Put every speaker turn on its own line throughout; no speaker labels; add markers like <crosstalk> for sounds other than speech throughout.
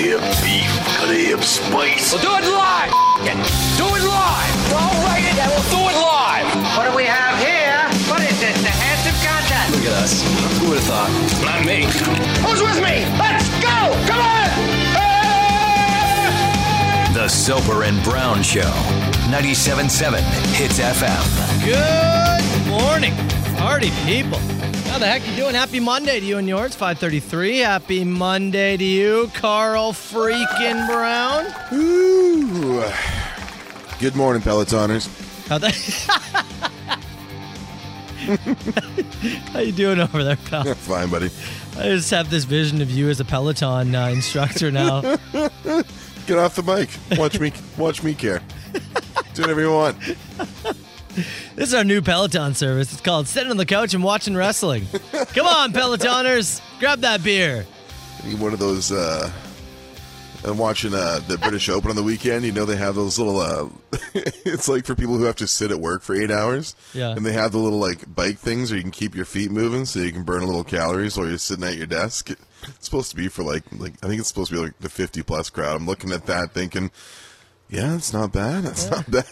beef, gotta spice.
We'll do it live. Do it live. I'll write it and we'll do it live.
What do we have here? What is this? The handsome contest.
Look at us. Who would have thought? Not me. Who's with me? Let's go. Come on.
The Soper and Brown Show, 97.7 Hits FM.
Good morning, party people. How the heck you doing? Happy Monday to you and yours. 5:33. Happy Monday to you, Carl freaking Brown.
Ooh. Good morning, Pelotoners.
How the <laughs> How you doing over there, pal?
Fine, buddy.
I just have this vision of you as a Peloton uh, instructor now.
Get off the mic. Watch me. Watch me care. Do whatever you want.
This is our new Peloton service. It's called Sitting on the Couch and Watching Wrestling. Come on, Pelotoners, grab that beer.
You one of those. Uh, I'm watching uh, the British Open on the weekend. You know they have those little. Uh, <laughs> it's like for people who have to sit at work for eight hours.
Yeah.
And they have the little like bike things where you can keep your feet moving, so you can burn a little calories while you're sitting at your desk. It's supposed to be for like like I think it's supposed to be like the 50 plus crowd. I'm looking at that thinking, yeah, it's not bad. It's not bad.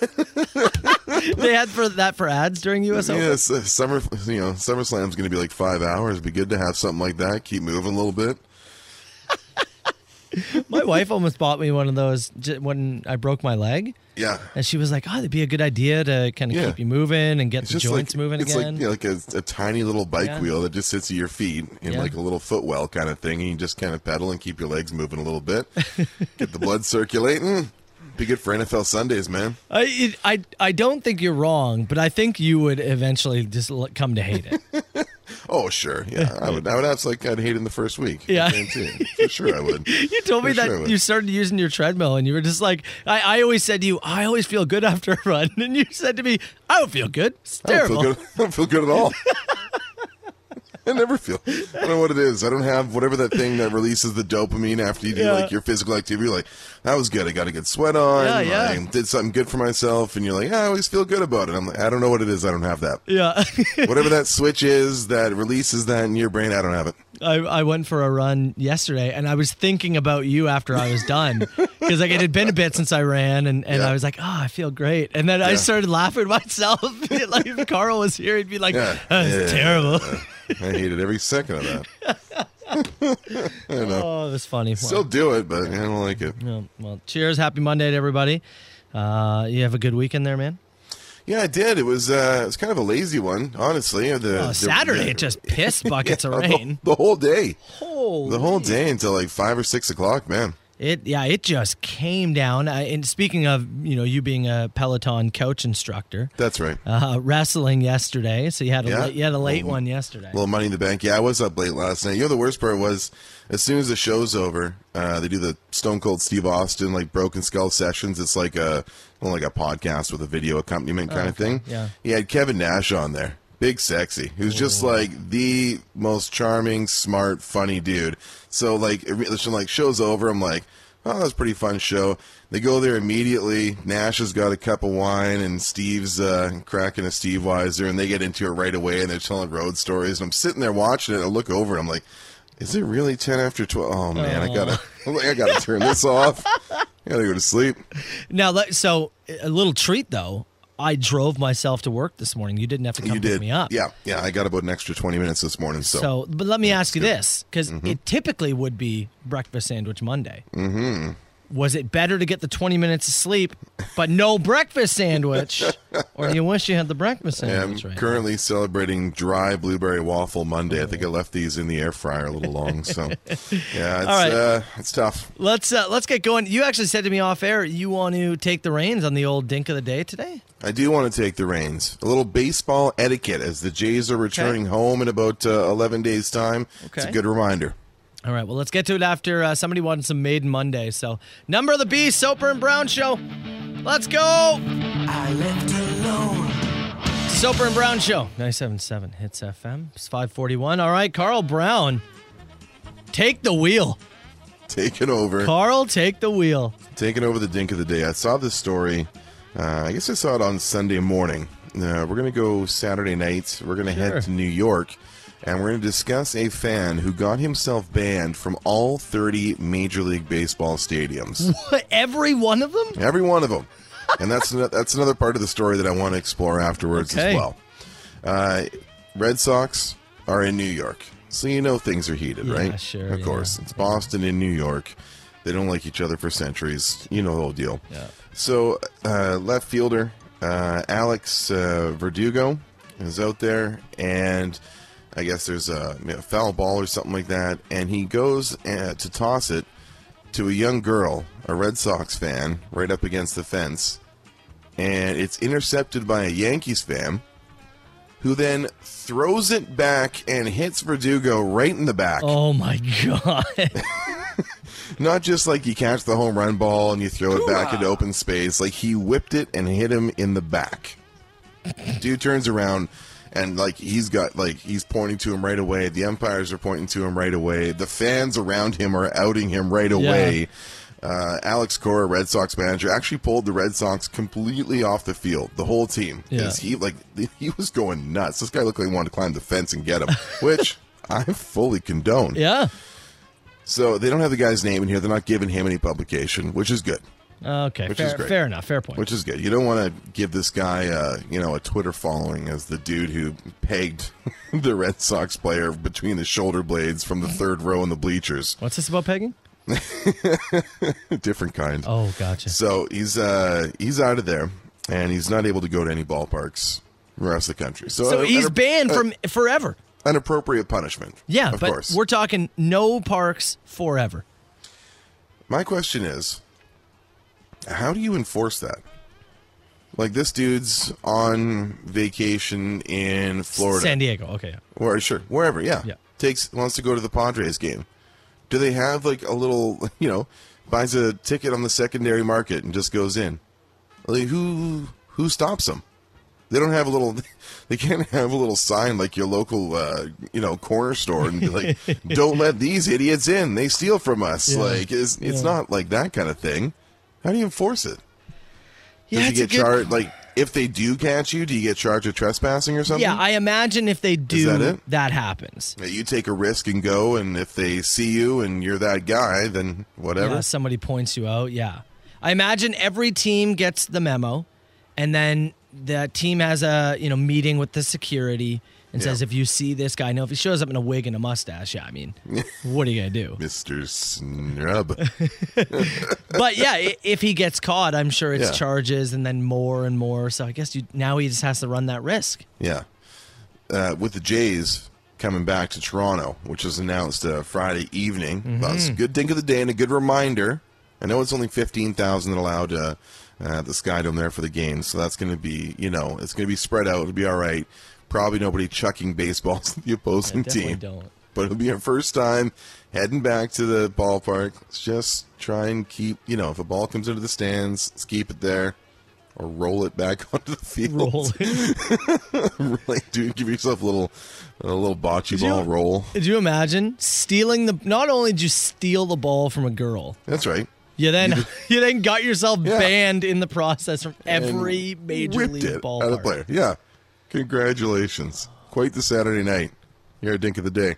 They had for that for ads during US
<laughs>
Open.
Yeah, it's, uh, summer. You know, SummerSlam's going to be like five hours. It'd be good to have something like that. Keep moving a little bit.
My wife almost bought me one of those j- when I broke my leg,
Yeah,
and she was like, "Oh, that'd be a good idea to kind of
Yeah.
keep you moving and get the joints
like,
moving
it's
again."
like, yeah, like a, a tiny little bike
Yeah.
wheel that just sits at your feet in
Yeah.
like a little footwell kind of thing, and you just kind of pedal and keep your legs moving a little
<laughs>
bit. Get the blood circulating. Be good for NFL Sundays, man.
I, it, I I don't think you're wrong, but I think you would eventually just l- come to hate
<laughs>
it.
Oh sure, yeah.
<laughs>
I would. I would have like I'd hate it in the first week. I
Yeah.
guarantee it. for sure I would.
<laughs> you told me
For
that
sure I would.
you started using your treadmill, and you were just like, I, I always said to you, I always feel good <laughs> after a run, and you said to me, I don't feel good. It's
I don't feel
terrible.
good. <laughs> I don't feel good at all. I never feel. I don't know what it is. I don't have whatever that thing that releases the dopamine after you do
Yeah.
like your physical activity. You're like that was good. I got a good sweat on.
Yeah, yeah.
I did something good for myself, and you're like, "Yeah, I always feel good about it. I'm like, I don't know what it is. I don't have that.
Yeah, <laughs>
whatever that switch is that releases that in your brain, I don't have it.
I, I went for a run yesterday, and I was thinking about you after I
<laughs>
was done because like it had been a bit since I ran, and, and
Yeah.
I was like, oh, I feel great, and then I
Yeah.
started laughing <laughs> myself. like if Carl was here, he'd be like,
Yeah.
that was
Yeah.
terrible.
I hated every second of that.
Oh, it was funny. Wow.
Still do it, but I don't like it.
Yeah, well, cheers. Happy Monday to everybody. Uh, you have a good weekend there, man.
Yeah, I did. It was uh, it was kind of a lazy one, honestly. The,
Oh,
the-
Saturday,
the-
it just pissed buckets of
<laughs> the-
rain.
the whole day.
Holy.
The whole day until like five or six o'clock, man.
It yeah, it just came down. I, and speaking of you know you being a Peloton coach instructor,
That's right.
uh, wrestling yesterday, so you had a
Yeah. Mm-hmm.
late, you had a late
Well,
one yesterday.
A little money in the bank. Yeah, I was up late last night. You know, the worst part was as soon as the show's over, uh, they do the Stone Cold Steve Austin like Broken Skull sessions. It's like a well, like a podcast with a video accompaniment kind of thing.
yeah.
he had Kevin Nash on there. Big sexy, who's just like the most charming, smart, funny dude. So like, it re- so, like show's over. I'm like, oh, that was a pretty fun show. They go there immediately. Nash has got a cup of wine, and Steve's uh, cracking a Steve Weiser, and they get into it right away, and they're telling road stories. And I'm sitting there watching it. And I look over, and I'm like, is it really ten after twelve? Oh man, I gotta, I'm
Oh.
like, <laughs> I gotta turn this off. I gotta go to sleep.
Now, let- so a little treat though. I drove myself to work this morning. You didn't have to come
you
pick
did,
me up.
yeah, yeah. I got about an extra twenty minutes this morning,
So, but let me ask you this, because
Mm-hmm.
it typically would be breakfast sandwich Monday. Mm-hmm. Was it better to get the 20 minutes of sleep, but no breakfast
<laughs>
sandwich, or you wish you had the breakfast
I'm
sandwich? right
currently celebrating dry blueberry waffle Monday. I think I left these in the air fryer a little long,
<laughs>
so yeah, it's
right.
uh, it's tough.
now? Let's uh, let's get going. You actually said to me off air you want to take the reins on the old dink of the day today.
I do want to take the reins. A little baseball etiquette as the Jays are returning home in about uh, 11 days' time. It's
Okay.
a good reminder.
All right, well, let's get to it after uh, somebody wanted some Maiden Monday. So, number of the beast, Soper and Brown show. Let's go.
I left alone.
Soper and Brown Show, 977 Hits FM. It's 541. All right, Carl Brown, take the wheel.
Taking over.
Carl, take the wheel.
taking over the dink of the day. I saw this story. Uh, I guess I saw it on Sunday morning. Uh, we're gonna go Saturday night. We're gonna head to New York and we're going to discuss a fan who got himself banned from all 30 Major League Baseball stadiums.
Every one of them?
Every one of them. And that's ano- that's another part of the story that I want to explore afterwards as
Okay.
well. Uh, Red Sox are in New York, so you know things are heated, right?
sure,
Of
yeah.
course, it's Boston and New York. They don't like each other for centuries. You know the whole deal.
Yeah.
So uh, left fielder uh, Alex uh, Verdugo is out there, and I guess there's a, a foul ball or something like that, and he goes uh, to toss it to a young girl, a Red Sox fan, right up against the fence, and it's intercepted by a Yankees fan, who then throws it back and hits Verdugo right in the back.
Oh my god. <laughs>
Not just like you catch the home run ball and you throw it back into open space. Like he whipped it and hit him in the back. Dude turns around and like he's got like he's pointing to him right away. The umpires are pointing to him right away. The fans around him are outing him right away. Uh, Alex Cora, Red Sox manager, actually pulled the Red Sox completely off the field, the whole team. 'Cause
Yeah.
he like <laughs> he was going nuts. This guy looked like he wanted to climb the fence and get him, which I fully condone.
yeah.
So they don't have the guy's name in here. They're not giving him any publication, which is good.
Okay.
Which is
fair,
great.
fair enough. Fair point.
Which is good. You don't want to give this guy, uh, you know, a Twitter following as the dude who pegged <laughs> the Red Sox player between the shoulder blades from the third row in the bleachers. <laughs>
What's this about pegging?
Different kind.
Oh, gotcha.
So he's uh, he's out of there, and he's not able to go to any ballparks across the country. So,
So
an-
he's
an-
banned
uh,
from forever.
an appropriate punishment.
Yeah,
of
but
course.
we're talking no parks forever.
My question is, how do you enforce that? Like this dude's on vacation in Florida,
San Diego. Okay.
or sure, wherever. Yeah,
Yeah.
takes wants to go to the Padres game. Do they have like a little, <laughs> you know, buys a ticket on the secondary market and just goes in? Like who who stops them? They don't have a little. <laughs> They can't have a little sign like your local, uh, you know, corner store and be
<laughs>
like, "Don't let these idiots in. They steal from us." Like it's it's not like that kind of thing. How do you enforce it?
Yeah,
Does
it's a
he get
good-
charged? Like if they do catch you, do you get charged with trespassing or something?
Yeah, I imagine if they do,
that it?
happens.
that you take a risk and go, and if they see you and you're that guy, then whatever.
Yeah, somebody points you out. Yeah. I imagine every team gets the memo and then the team has a, you know, meeting with the security and says if you see this guy, now if he shows up in a wig and a mustache, yeah,
<laughs>
I mean, what are you going to do?
Mr. Snub. <laughs>
But yeah, i- if he gets caught, I'm sure it's
Yeah.
charges and then more and more. So I guess you now he just has to run that risk.
yeah. Uh, with the Jays coming back to Toronto, which was announced uh, Friday evening.
Mm-hmm.
That's a good think of the day and a good reminder. I know it's only 15,000 allowed uh, uh, at the Sky Dome there for the game, so that's going to be, you know, it's going to be spread out. It'll be all right. Probably nobody chucking baseballs at the opposing
Definitely
team.
don't.
but it'll be our first time heading back to the ballpark. Let's just try and keep, you know, if a ball comes into the stands, let's keep it there or roll it back <laughs> onto the field.
Roll
<laughs>
it.
like, dude, give yourself a little, a little bocce ball
you-
roll.
Did you imagine stealing the? Not only did you steal the ball from a girl,
That's right.
you then <laughs> you then got yourself
Yeah.
banned in the process from every
And
major
whipped
league
it
ballpark.
out of player. Yeah. Congratulations. Quite the Saturday night. You're a dink of the day.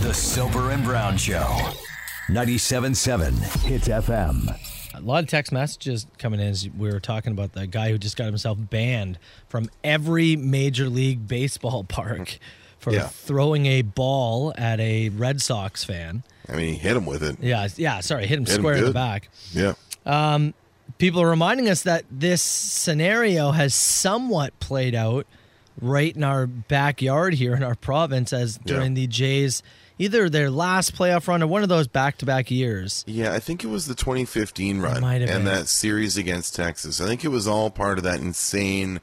The Soper and Brown Show. 97.7 Hits FM.
A lot of text messages coming in as we were talking about the guy who just got himself banned from every major league baseball <laughs> park for
Yeah.
throwing a ball at a Red Sox fan.
I mean, he hit him with it.
Yeah, yeah. Sorry, hit him
him
square in the
good.
back.
Yeah.
People are reminding us that this scenario has somewhat played out right in our backyard here in our province as during the Jays, either their last playoff run or one of those back-to-back years.
Yeah, I think it was the 2015 run
might
and
have been.
that series against Texas. I think it was all part of that insane,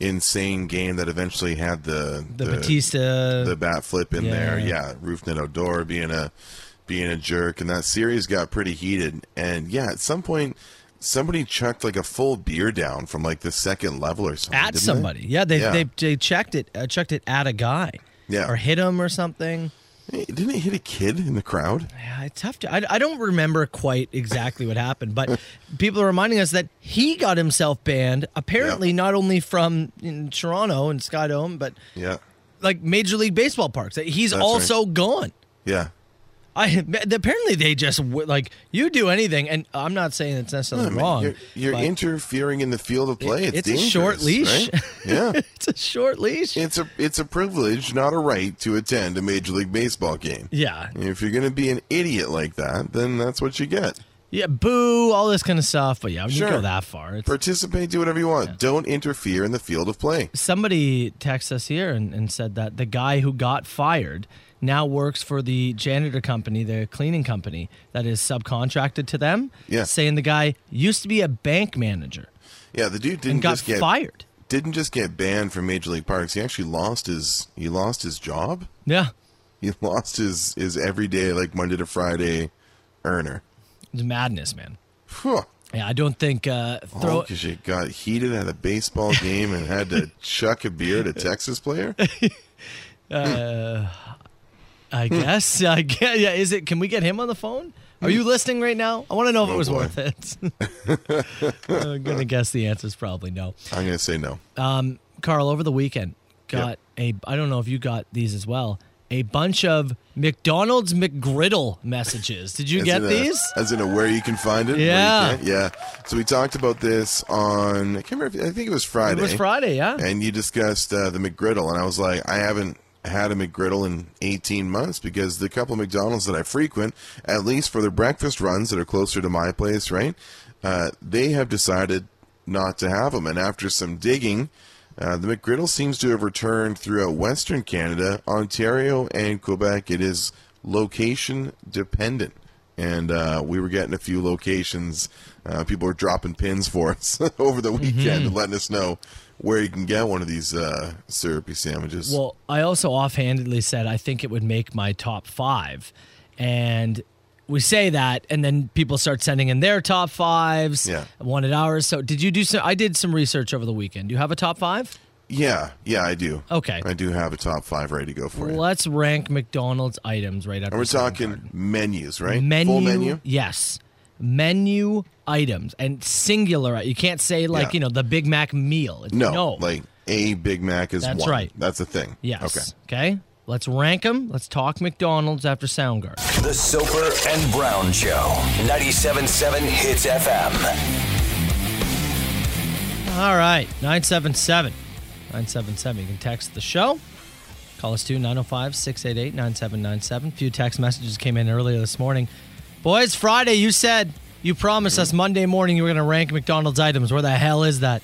insane game that eventually had the
The, Batista.
the bat flip in
Yeah.
there. Yeah, Roofnet Odor being a being a jerk, and that series got pretty heated. And yeah, at some point, somebody chucked like a full beer down from like the second level or something
at
didn't they?
somebody. Yeah, they,
Yeah.
they they checked it uh, checked it at a guy.
Yeah.
or hit him or something.
Hey, Didn't it hit a kid in the crowd?
Yeah, it's tough to. I, I don't remember quite exactly what
<laughs>
happened, but people are reminding us that he got himself banned apparently not only from in Toronto and Skydome, but
Yeah.
like Major League Baseball parks. He's
That's
also gone.
Yeah.
I apparently they just w- like you do anything, and I'm not saying it's necessarily
I mean,
wrong.
You're, you're
but <laughs>
interfering in the field of play.
It-
It's,
it's a short
dangerous,
leash.
right?
<laughs>
Yeah.
it's a short leash.
It's a it's a privilege, not a right, to attend a major league baseball game.
yeah,
If you're gonna be an idiot like that, then that's what you get.
yeah, boo, all this kind of stuff. But yeah, I wouldn't
Sure.
go that far. It's,
Participate, do whatever you want. Don't interfere in the field of play.
somebody texted us here and, and said that the guy who got fired now works for the janitor company, the cleaning company that is subcontracted to them.
Yeah.
Saying the guy used to be a bank manager
Yeah, the dude
and
didn't
got
just get
fired.
didn't just get banned from major league parks. He actually lost his he lost his job.
Yeah.
He <laughs> lost his his everyday like Monday to Friday earner.
It's madness, man.
Phew.
Yeah, I don't think uh, throw
because you got heated at a
<laughs>
baseball game and had to chuck a beer at a Texas player.
I
hmm.
guess. <laughs> I guess. Yeah. Is it? Can we get him on the phone? Are you listening right now? I want to know if it was
Oh, boy.
worth it.
<laughs>
I'm gonna guess the answer is probably no.
I'm gonna say no.
Carl, over the weekend, got a. I don't know if you got these as well. A bunch of McDonald's McGriddle messages. Did <laughs> you
As
get
in a-
these?
As in a where you can find it. where you
Yeah.
can't? yeah. So we talked about this on. I can't remember. If, I think it was
It
Friday.
was Friday. Yeah.
And you discussed uh, the McGriddle, and I was like, I haven't had a McGriddle in 18 months because the couple of McDonald's that I frequent, at least for their breakfast runs that are closer to my place, right? Uh, they have decided not to have them, and after some digging. Uh, the McGriddle seems to have returned throughout Western Canada, Ontario, and Quebec. It is location dependent. And uh, we were getting a few locations. Uh, people are dropping pins for <laughs> us over the weekend
Mm-hmm.
and letting us know where you can get one of these uh, syrupy sandwiches.
Well, I also offhandedly said I think it would make my top five, and we say that, and then people start sending in their top fives.
Yeah.
wanted ours. So did you do some? I did some research over the weekend. Do you have a top five?
yeah, yeah, I do.
Okay.
I do have a top five ready to go for you.
Let's rank McDonald's items right after.
And we're
Sound
talking
Garden.
menus, right?
menu,
Full menu?
Yes, menu items and singular. You can't say like
Yeah.
you know the Big Mac meal. It's-
No,
no.
Like a Big Mac is
That's
one.
right.
That's a thing.
yes.
Okay.
Okay. Let's rank them. Let's talk McDonald's after Soundgarden.
The Soper and Brown Show. 97.7 Hits FM.
All right, 977. 977. You can text the show. Call us oh to 905 688 9797. A few text messages came in earlier this morning. Boys, Friday, you said you promised us Monday morning you were going to rank McDonald's items. Where the hell is that?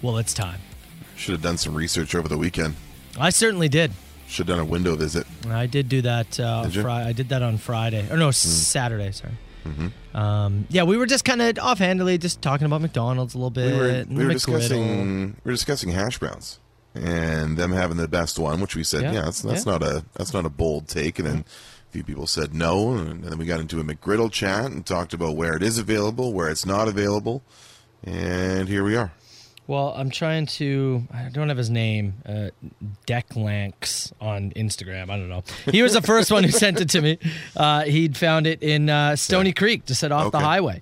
Well, it's time.
Should have done some research over the weekend.
I certainly did.
Should have done a window visit.
I did do that. Uh,
Did you? Hmm.
Fri- I did that on Friday, or no, Saturday. Sorry.
Mm-hmm.
Um, yeah, we were just kind of offhandedly just talking about McDonald's a little bit.
we were,
and
we were
McGriddle.
discussing we were discussing hash browns and them having the best one, which we said, yeah,
Yeah,
that's that's
yeah.
not a that's not a bold take. And then a few people said no, and then we got into a McGriddle chat and talked about where it is available, where it's not available, and here we are.
Well, I'm trying to. I don't have his name. Uh, Declanx on Instagram. I don't know.
<laughs>
He was the first one who sent it to me. Uh, he'd found it in uh, Stony Creek, just set off the
Okay.
highway.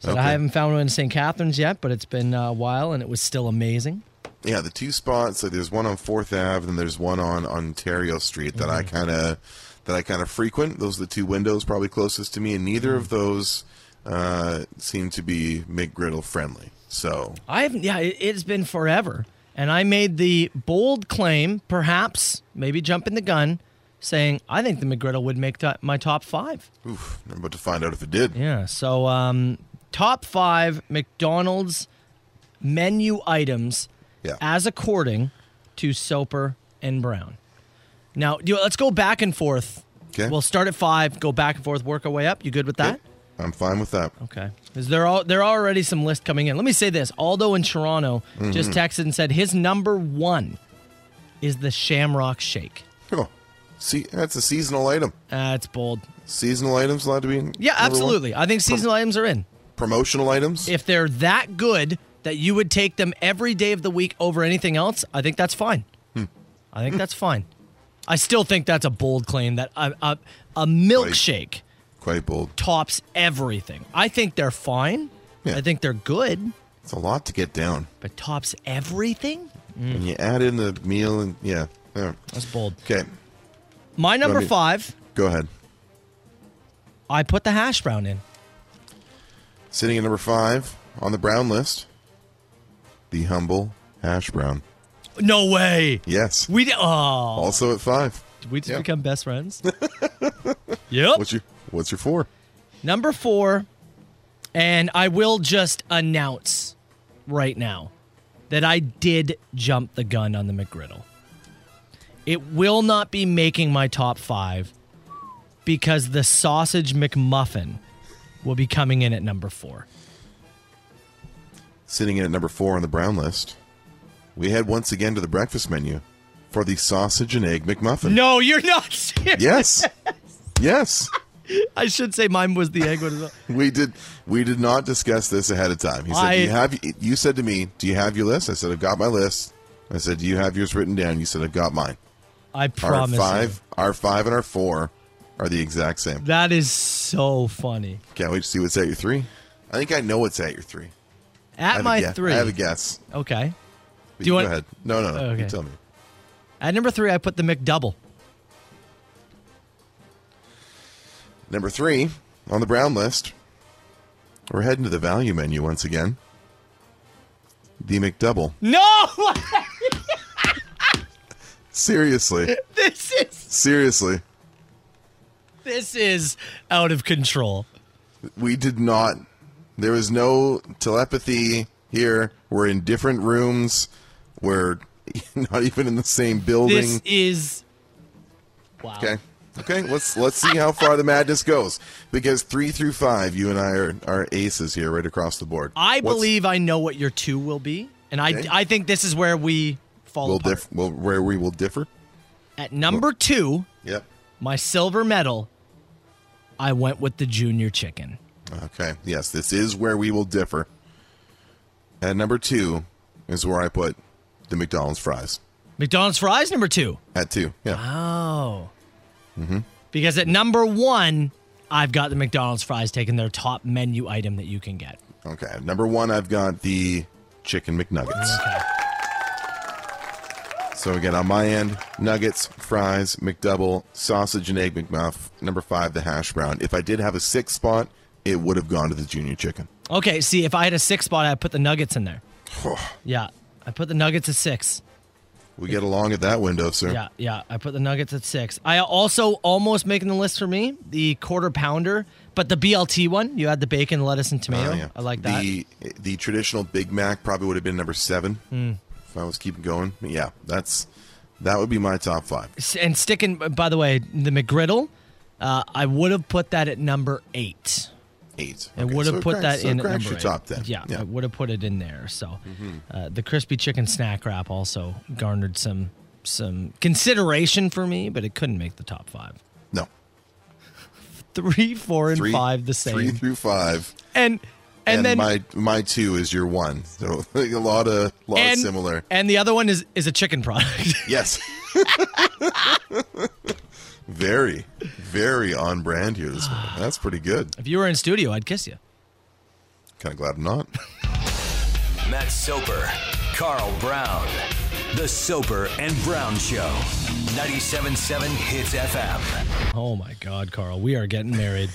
Said
Okay.
I haven't found one in St. Catharines yet, but it's been uh, a while, and it was still amazing.
Yeah, the two spots. Like there's one on Fourth Ave, and there's one on Ontario Street that I kind of that I kind of frequent. Those are the two windows probably closest to me, and neither of those uh, seem to be McGriddle friendly. So
I haven't. Yeah, it, it's been forever, and I made the bold claim, perhaps maybe jumping the gun, saying I think the McGriddle would make to- my top five.
oof, I'm about to find out if it did.
Yeah. So, um, top five McDonald's menu items
Yeah.
as according to Soper and Brown. Now, you, let's go back and forth.
'Kay.
We'll start at five, go back and forth, work our way up. You good with that? Oh.
I'm fine with that.
Okay. Is there all, there are already some lists coming in? Let me say this: Aldo in Toronto just
Mm-hmm.
texted and said his number one is the Shamrock Shake.
Oh, see, that's a seasonal item.
That's bold.
Seasonal items allowed to be. in
Yeah,
number one?
absolutely. I think seasonal items are in.
Promotional items.
if they're that good that you would take them every day of the week over anything else, I think that's fine.
Hmm.
I think that's fine. I still think that's a bold claim that a, a, a milkshake
Quite bold.
tops everything. I think they're fine.
Yeah.
I think they're good,
It's a lot to get down.
but tops everything?
When you add in the meal and yeah, yeah.
That's bold.
okay,
My number
me-
five,
go ahead.
I put the hash brown in.
Sitting at number five on the brown list, the humble hash brown.
No way.
Yes,
We did. Oh,
also at five.
did we just
yeah.
become
<laughs>
best friends. yep.
What's your What's your four?
Number four, and I will just announce right now that I did jump the gun on the McGriddle. It will not be making my top five because the sausage McMuffin will be coming in at number four.
Sitting in at number four on the brown list, we head once again to the breakfast menu for the sausage and egg McMuffin.
No, you're not serious. <laughs>
Yes. yes.
I should say mine was the egg one as well.
We did. We did not discuss this ahead of time. He said,
I-
"Do you have?" You said to me, "Do you have your list?" I said, "I've got my list." I said, "Do you have yours written down?" You said, "I've got mine."
I
Our
promise. you.
five, our five, and our four are the exact same.
That is so funny.
Can't wait to see what's at your three. I think I know what's at your three. I
At
have
my
a guess.
three.
I have a guess.
Okay.
But
Do you
go
want-
ahead? No, no, no. You
Okay.
tell me.
At number three, I put the McDouble.
Number three on the brown list. We're heading to the value menu once again. The McDouble.
No! <laughs>
Seriously,
this is
seriously.
This is out of control.
We did not. There was no telepathy here. We're in different rooms. We're <laughs> not even in the same building.
This is wow.
okay. Okay. Let's let's see how far the madness goes because three through five, you and I are are aces here, right across the board.
I
What's-
believe I know what your two will be, and I
Okay.
I think this is where we fall
we'll
apart.
diff- we'll, where we will differ.
At number two,
Yep.
my silver medal, I went with the junior chicken.
Okay. Yes, this is where we will differ. At number two is where I put the McDonald's fries.
McDonald's fries number two.
At two. Yeah.
Oh.
Mm-hmm.
Because at number one, I've got the McDonald's fries taking their top menu item that you can get.
Okay. at Number one, I've got the chicken McNuggets. So again, on my end, nuggets, fries, McDouble, sausage and egg McMuff. Number five, the hash brown. If I did have a sixth spot, it would have gone to the junior chicken.
Okay, see, if I had a six spot, I'd put the nuggets
<sighs>
in there. yeah, I put the nuggets at six.
We get along at that window, sir.
<laughs> Yeah, yeah. I put the Nuggets at six. I also almost making the list for me the quarter pounder, but the BLT one. You had the bacon, lettuce, and tomato.
Oh, yeah.
I like that.
The the traditional Big Mac probably would have been number seven
Hmm.
if I was keeping going. But yeah, that's that would be my top five.
S- and sticking, by the way, the McGriddle. Uh, I would have put that at number eight.
Eight.
I
Okay,
would have
so it
put
cracks-
that
so it
in at
cracks
number
your
eight.
top Mm-hmm. ten.
Yeah, I would have put it in there. So uh, the crispy chicken snack wrap also garnered some some consideration for me, but it couldn't make the top five.
No.
Three, four, and
Three,
five the same.
Three through five.
and, and
And,
then
my my two is your one. So <laughs> like a lot of lot
and,
similar.
And the other one is is a chicken product. <laughs>
Yes. <laughs> very, very on brand here this
<sighs>
morning. That's pretty good.
if you were in studio, I'd kiss you.
Kind of glad I'm not.
Matt Soper, Carl Brown. The Soper and Brown Show. 97.7 Hits FM.
Oh my God, Carl, we are
<laughs>
getting married.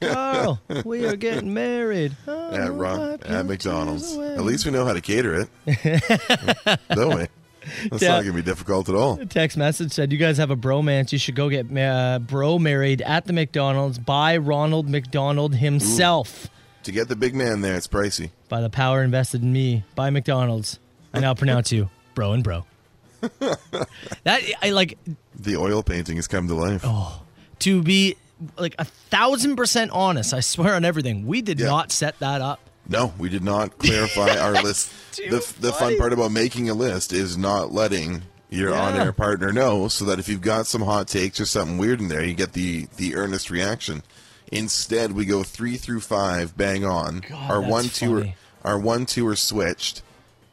Carl, we are getting married.
<laughs>
Oh,
At Ron,
wipe your
at McDonald's.
tears away.
At least we know how to cater it, don't we? That's
Yeah.
not going to be difficult at all.
Text message said, "You guys have a bromance. You should go get ma- uh, bro married at the McDonald's by Ronald McDonald himself.
To get the big man there, it's pricey.
By the power invested in me by McDonald's. I now pronounce you bro
<laughs>
and bro. that I like
The oil painting has come to life.
to be like a thousand percent honest. I swear on everything. We did
Yeah.
not set that up.
No, we did not clarify
<laughs>
our list.
too
The, the fun
funny.
part about making a list is not letting your
Yeah.
on-air partner know, so that if you've got some hot takes or something weird in there, you get the the earnest reaction. Instead, we go three through five, bang on.
God,
our
that's
one two are
funny.
our one two are switched,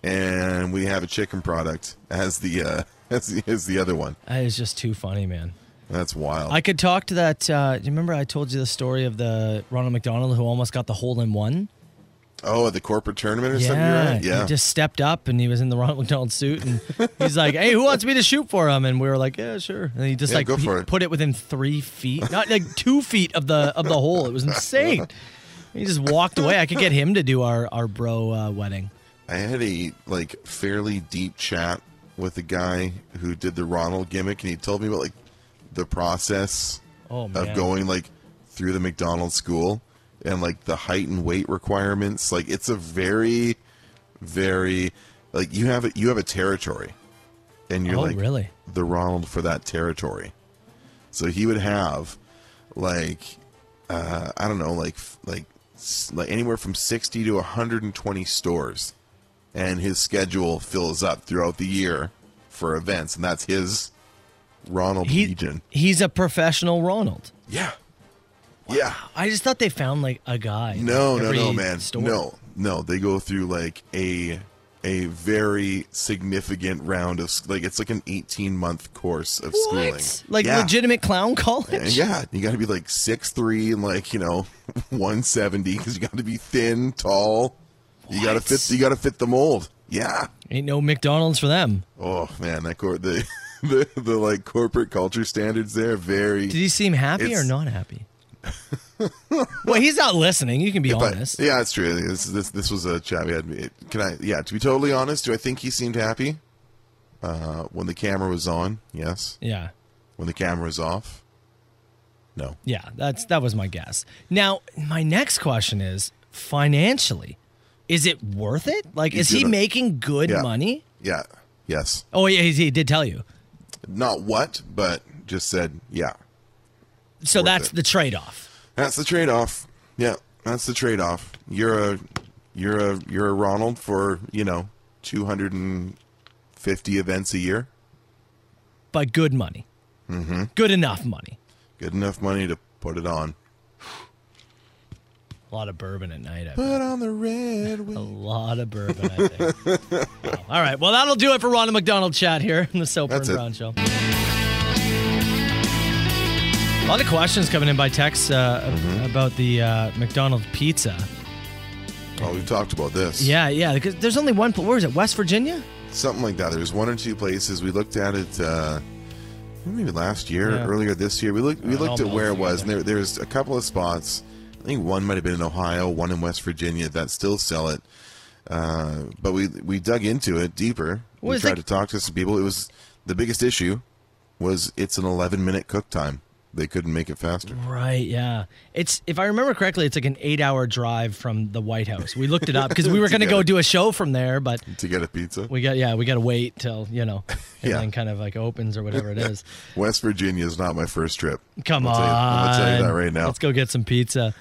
and we have a chicken product as the uh, <laughs> as the, as the other one.
That is just too funny, man.
That's wild.
I could talk to that. Uh, you remember I told you the story of the Ronald McDonald who almost got the hole in one?
Oh, at the corporate tournament or something. You're
Yeah,
at? yeah.
He just stepped up and he was in the Ronald McDonald suit and he's like, "Hey, who wants me to shoot for him?" And we were like, "Yeah, sure." And he just
Yeah,
like
go
he
for it.
put it within three feet, not like two feet of the of the hole. It
<laughs>
was insane. He just walked away. I could get him to do our our bro uh, wedding.
I had a like fairly deep chat with a guy who did the Ronald gimmick, and he told me about like the process
Oh man,
of going like through the McDonald's school and like the height and weight requirements. Like it's a very, very like you have a, you have a territory, and you're
Oh,
like
really?
the Ronald for that territory. So he would have like uh, I don't know like like s- like anywhere from sixty to hundred and twenty stores, and his schedule fills up throughout the year for events, and that's his Ronald
he,
region.
he's a professional Ronald.
Yeah. Yeah.
I just thought they found like a guy.
No,
like,
no,
every
no, man.
store.
No, no. They go through like a a very significant round of s- like it's like an eighteen month course of schooling.
What? Like
yeah.
legitimate clown
And
college?
Yeah, you got to be like six three and like you know <laughs> one seventy because you got to be thin, tall. You got to
What?
fit. You got to fit the mold. Yeah.
Ain't no McDonald's for them.
Oh man, that cor- the, <laughs> the the like corporate culture standards there are very.
Did he seem happy or
It's- <laughs>
not happy? well, he's not listening. You can be
But-
honest.
yeah, it's true. This this this was a chat we had. It- Can I? Yeah, to be totally honest, do I think he seemed happy uh, when the camera was on? Yes.
yeah.
When the camera was off? No.
Yeah, that's that was my guess. Now, my next question is financially, is it worth it? Like, is he
did it.
making good
Yeah.
money?
Yeah. Yes.
Oh, yeah, he, he did tell you.
Not what, but just said yeah.
So
Worth
that's
it.
the trade off.
That's the trade off. Yeah, that's the trade off. You're a you're a you're a Ronald for you know two hundred and fifty events a year.
But good money. Mm-hmm. Good enough money.
Good enough money to put it on.
A lot of bourbon at night. I bet.
Put on the red. wing.
A lot of bourbon, I think. <laughs> Wow. All right. Well, that'll do it for Ronald McDonald chat here in the Soper
That's
and
it.
Brown Show. A lot of questions coming in by text uh, about the uh, McDonald's pizza.
Oh, we talked about this.
Yeah, yeah. Because there's only one. pl- Where is it? West Virginia?
something like that. There was one or two places we looked at it. Uh, maybe last year,
Yeah. Uh,
earlier this year. We looked. We
it all
looked at where it
melds
was, and
together.
there there's a couple of spots. I think one might have been in Ohio, one in West Virginia that still sell it. Uh, but we we dug into it deeper.
Well,
we
it's
tried
like-
to talk to some people. It was the biggest issue was it's an 11 minute cook time. They couldn't make it faster. <laughs>
Right. Yeah. It's if I remember correctly, it's like an eight-hour drive from the White House. We looked it up because we were going <laughs> to
Together.
go do a show from there, but
To get a pizza,
we got yeah, we got to wait till
<laughs>
you know,
Yeah.
everything kind of like opens
<laughs>
or whatever it is.
West Virginia is not my first trip.
Come
I'll
on.
tell you- I'll tell you that right now.
Let's go get
<laughs>
some pizza.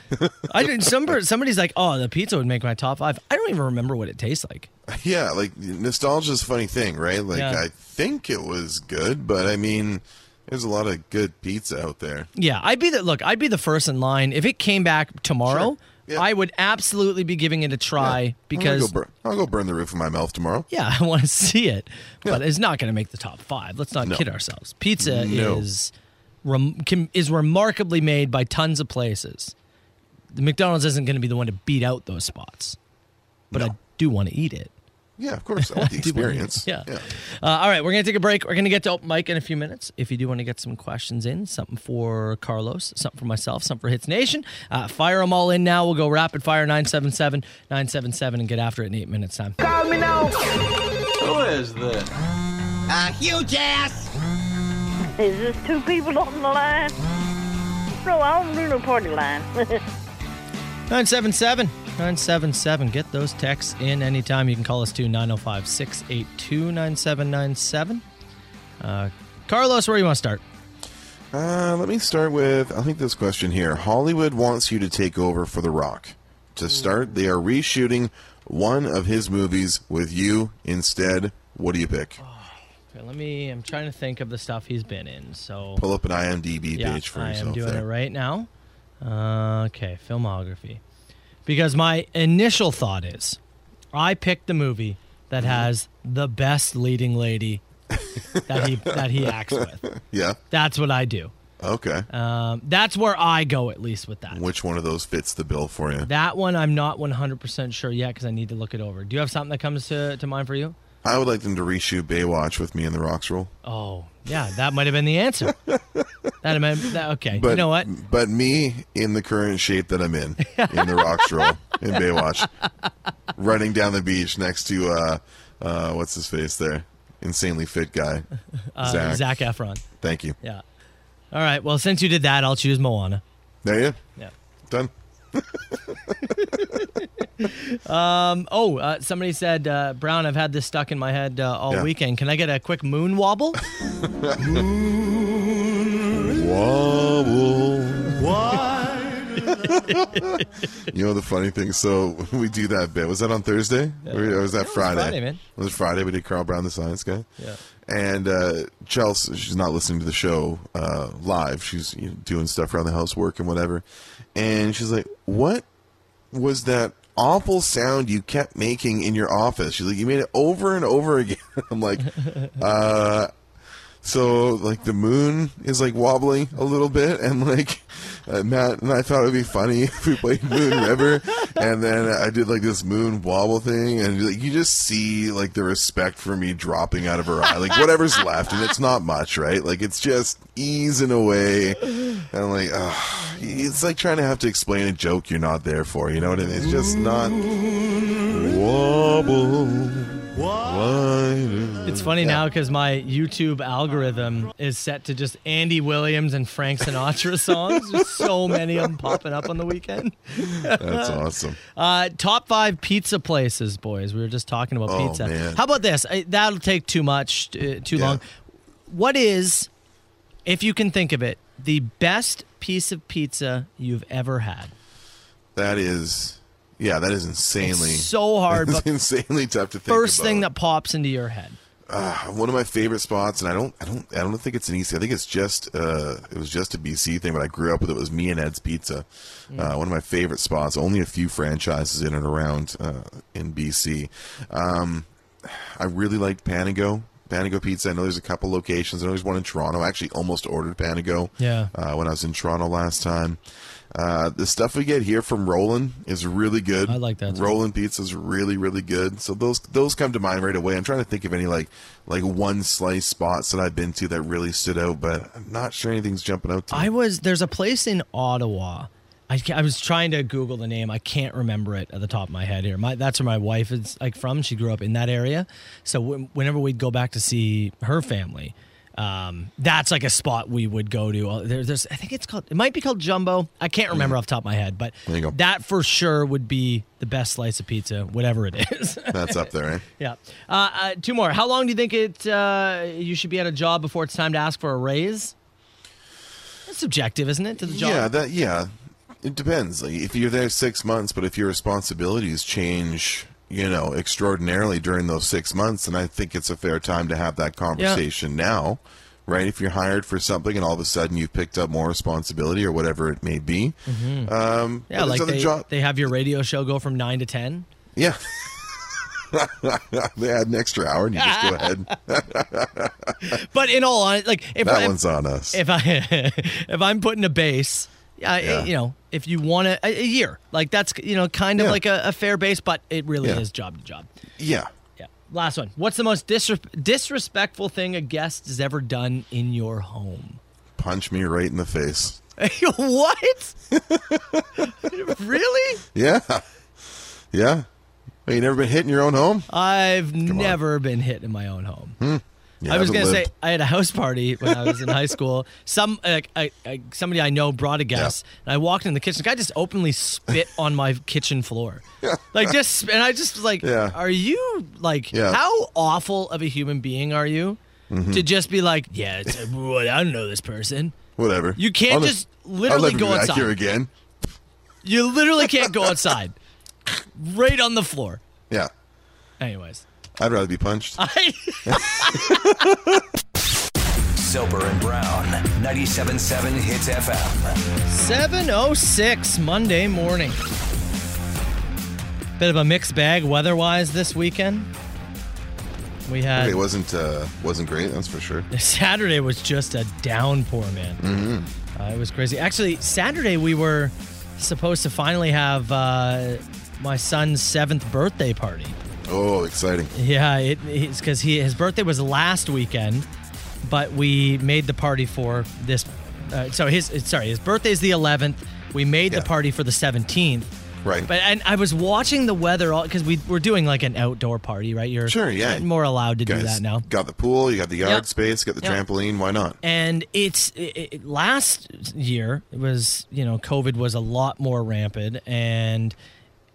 I didn't, somebody, somebody's like, oh, the pizza would make my top five. I don't even remember what it tastes like.
Yeah, like nostalgia's a funny thing, right? Like
Yeah.
I think it was good, but I mean, there's a lot of good pizza out there.
Yeah, I'd be the look. I'd be the first in line if it came back
Sure.
tomorrow.
Yeah.
I would absolutely be giving it a try
I'll
because
go, bur- I'll go burn the roof of my mouth tomorrow.
yeah, <laughs> I want to see it, but it's not going to make the top five. Let's not kid ourselves. Pizza
No.
is rem- can, is remarkably made by tons of places. The McDonald's isn't going to be the one to beat out those spots, but I do want to eat it.
Yeah, of course, I want the
<laughs> do want to-
experience.
Yeah. Uh, all right, we're going to take a break. We're going to get to open mic in a few minutes. If you do want to get some questions in, something for Carlos, something for myself, something for Hits Nation, uh, fire them all in now. We'll go rapid fire 977 977 and get after it in eight minutes time.
A huge ass!
Is this two people on the line? No, I don't do no party line. <laughs>
977 977. Get those texts in anytime. You can call us oh to 905 682 9797. Uh, Carlos, where do you want to start?
Uh, let me start with I think this question here. Hollywood wants you to take over for The Rock.
Mm.
To start, they are reshooting one of his movies with you instead. What do you pick?
Oh. Okay, let me, I'm trying to think of the stuff he's been in. So.
Pull up an IMDb page for
I
yourself.
am doing
there.
it right now. Uh, okay, filmography. Because my initial thought is, I picked the movie that
Mm-hmm.
has the best leading lady that he that he acts with.
<laughs> Yeah.
That's what I do.
Okay.
Um, that's where I go at least with that.
Which one of those fits the bill for you?
That one I'm not 100% sure yet because I need to look it over. Do you have something that comes to, to mind for you?
I would like them to reshoot Baywatch with me in the rocks roll.
Oh, yeah, that might have been
<laughs>
the answer. that, might- that okay.
But
you know what?
But me in the current shape that I'm in, in the rocks roll
<laughs>
in Baywatch, running down the beach next to uh, uh, what's his face there, insanely fit guy,
Uh,
Zach.
Zach Efron.
Thank you.
Yeah. All right. Well, since you did that, I'll choose Moana.
There you
Yeah.
done.
Oh, uh, somebody said, uh, Brown, I've had this stuck in my head uh, all
Yeah.
weekend. Can I get a quick
<laughs>
moon wobble? <laughs>
You know the funny thing. So <laughs> we do that bit. Was that on Thursday or was that
was
Friday?
Friday, man.
It was Friday. We did Carl Brown, the Science Guy.
Yeah.
And uh, Chelsea, she's not listening to the show uh, live. She's you know, doing stuff around the house, work and whatever. And she's like, "What was that awful sound you kept making in your office?" She's like, "You made it over and over again." <laughs> I'm like, "Uh." So like the moon is like wobbling a little bit, and like uh, Matt and I thought it would be funny <laughs> if we played Moon River, and then I did like this moon wobble thing, and like you just see like the respect for me dropping out of her eye, like whatever's left, and it's not much, right? Like it's just easing away, and I'm like ugh, it's like trying to have to explain a joke you're not there for, you know what I mean? It's just not wobble. wobble.
It's funny now 'cause now because my YouTube algorithm is set to just Andy Williams and Frank Sinatra <laughs> songs. There's so many of them popping up on the weekend.
That's awesome.
Uh, top five pizza places, boys. We were just talking about
Oh,
pizza.
man.
How about this? I, that'll take too much, uh, too
Yeah.
long. What is, if you can think of it, the best piece of pizza you've ever had?
That is, yeah, that is insanely <laughs>
So hard,
It's
but
insanely tough to think.
first thing
about.
that pops into your head.
Uh, <sighs> one of my favorite spots, and I don't, I don't, I don't think it's an EC. I think it's just, uh, it was just a BC thing, but I grew up with it. It was me and Ed's Pizza.
Mm.
Uh, one of my favorite spots. Only a few franchises in and around uh, in BC. Um, I really liked Panago. Panago Pizza. I know there's a couple locations. I know there's one in Toronto. I actually almost ordered Panago.
Yeah.
Uh, when I was in Toronto last time. Uh, the stuff we get here from Roland is really good.
I like that, too.
Roland pizza is really, really good. So those those come to mind right away. I'm trying to think of any like like one slice spots that I've been to that really stood out, but I'm not sure anything's jumping out to me.
I was there's a place in Ottawa. I, ca- I was trying to Google the name. I can't remember it at the top of my head here. My, that's where my wife is like from. She grew up in that area. So when- whenever we'd go back to see her family, um, that's like a spot we would go to. Uh, There, there's I think it's called. It might be called Jumbo. I can't remember off the top of my head, but
There you go.
that for sure would be the best slice of pizza, whatever it <laughs> is.
That's up
<laughs>
there, eh?
yeah. Uh, uh, two more. How long do you think it uh, you should be at a job before it's time to ask for a raise? That's subjective, isn't it? To the job.
Yeah, that yeah. It depends. Like if you're there six months, but if your responsibilities change, you know, extraordinarily during those six months, then I think it's a fair time to have that conversation now. Right, if you're hired for something and all of a sudden you've picked up more responsibility or whatever it may be, um,
Mm-hmm. Yeah,
but
like
there's other
they,
jo-
they have your radio show go from nine to ten.
yeah, <laughs> they had an extra hour and you just
<laughs>
go ahead.
But in all honesty, like if
That
I,
one's on us.
<laughs> if I if I'm putting a base, yeah, I-
Yeah.
you know, if you want to, a, a year, like that's you know kind of
Yeah.
like a, a fair base, but it really
Yeah.
is job to job.
yeah,
Yeah. Last one. What's the most disre- disrespectful thing a guest has ever done in your home?
punch me right in the face.
<laughs> what? really?
Yeah, yeah. Well, you never been hit in your own home?
I've never been hit in my own home.
You
I was
haven't
gonna
Hmm. lived.
say I had a house party when I was in high school. Some like I, I, somebody I know brought a guest, and I walked in the kitchen. The guy just openly
<laughs>
spit on my kitchen floor, like just. And I just was like,
Yeah.
"Are you like
Yeah. Mm-hmm.
how awful of a human being are you to just be like, yeah, it's, well, <laughs> I don't know this person.
Whatever.
You can't
I'll
just
I'll
literally
never
go
be back
outside.
here again.
You literally can't go
<laughs>
outside, right on the floor."
Yeah,
Anyways, <laughs>
I'd rather be punched.
I.
Soper and Brown, 97.7 Hits FM.
706 Monday morning. Bit of a mixed bag weather wise this weekend. We had
It wasn't uh, wasn't great, that's for sure.
Saturday was just a downpour, man. Uh, it was crazy. Actually, Saturday we were supposed to finally have uh, my son's seventh birthday party.
Oh, exciting!
Yeah, it, it's because he his birthday was last weekend, but we made the party for this. Uh, so his sorry, his birthday is the 11th. We made
Yeah.
the party for the 17th.
Right.
But and I was watching the weather all because we we're doing like an outdoor party, right? You're
Sure, yeah.
more allowed to
You
do
guys
that now.
Got the pool, you got the yard
Yep.
space, got the
Yep.
trampoline. Why not?
and it's it, it, last year it was you know covid was a lot more rampant and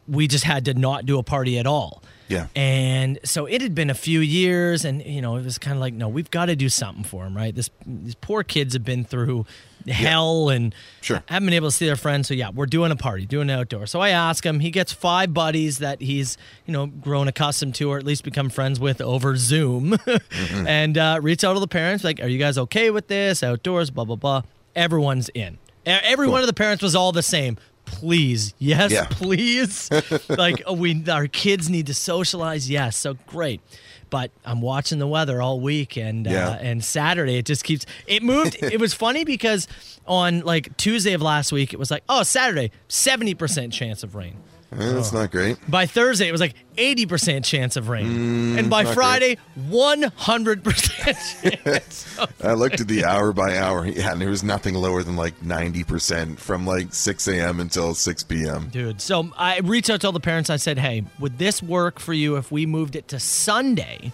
we just had to not do a party at all
Yeah.
and so it had been a few years and you know it was kind of like no we've got to do something for him right this these poor kids have been through hell and
Sure.
haven't been able to see their friends so yeah we're doing a party doing an outdoor so i ask him he gets five buddies that he's you know grown accustomed to or at least become friends with over zoom <laughs> and uh, reach out to the parents like are you guys okay with this outdoors blah blah blah everyone's in E- every one of the parents was all the same please yes
Yeah.
<laughs> please like oh, we our kids need to socialize yes so great but i'm watching the weather all week and
Yeah.
uh, and saturday it just keeps it moved
<laughs>
it was funny because on like tuesday of last week it was like oh saturday 70% chance of rain
Eh, that's
Oh.
not great.
by Thursday, it was like 80% chance of rain. and by
Mm, not
Friday, 100% chance.
I looked at the hour by hour, yeah, and there was nothing lower than like ninety percent from like six a.m. until six p.m.
Dude, so I reached out to all the parents. I said, hey, would this work for you if we moved it to Sunday?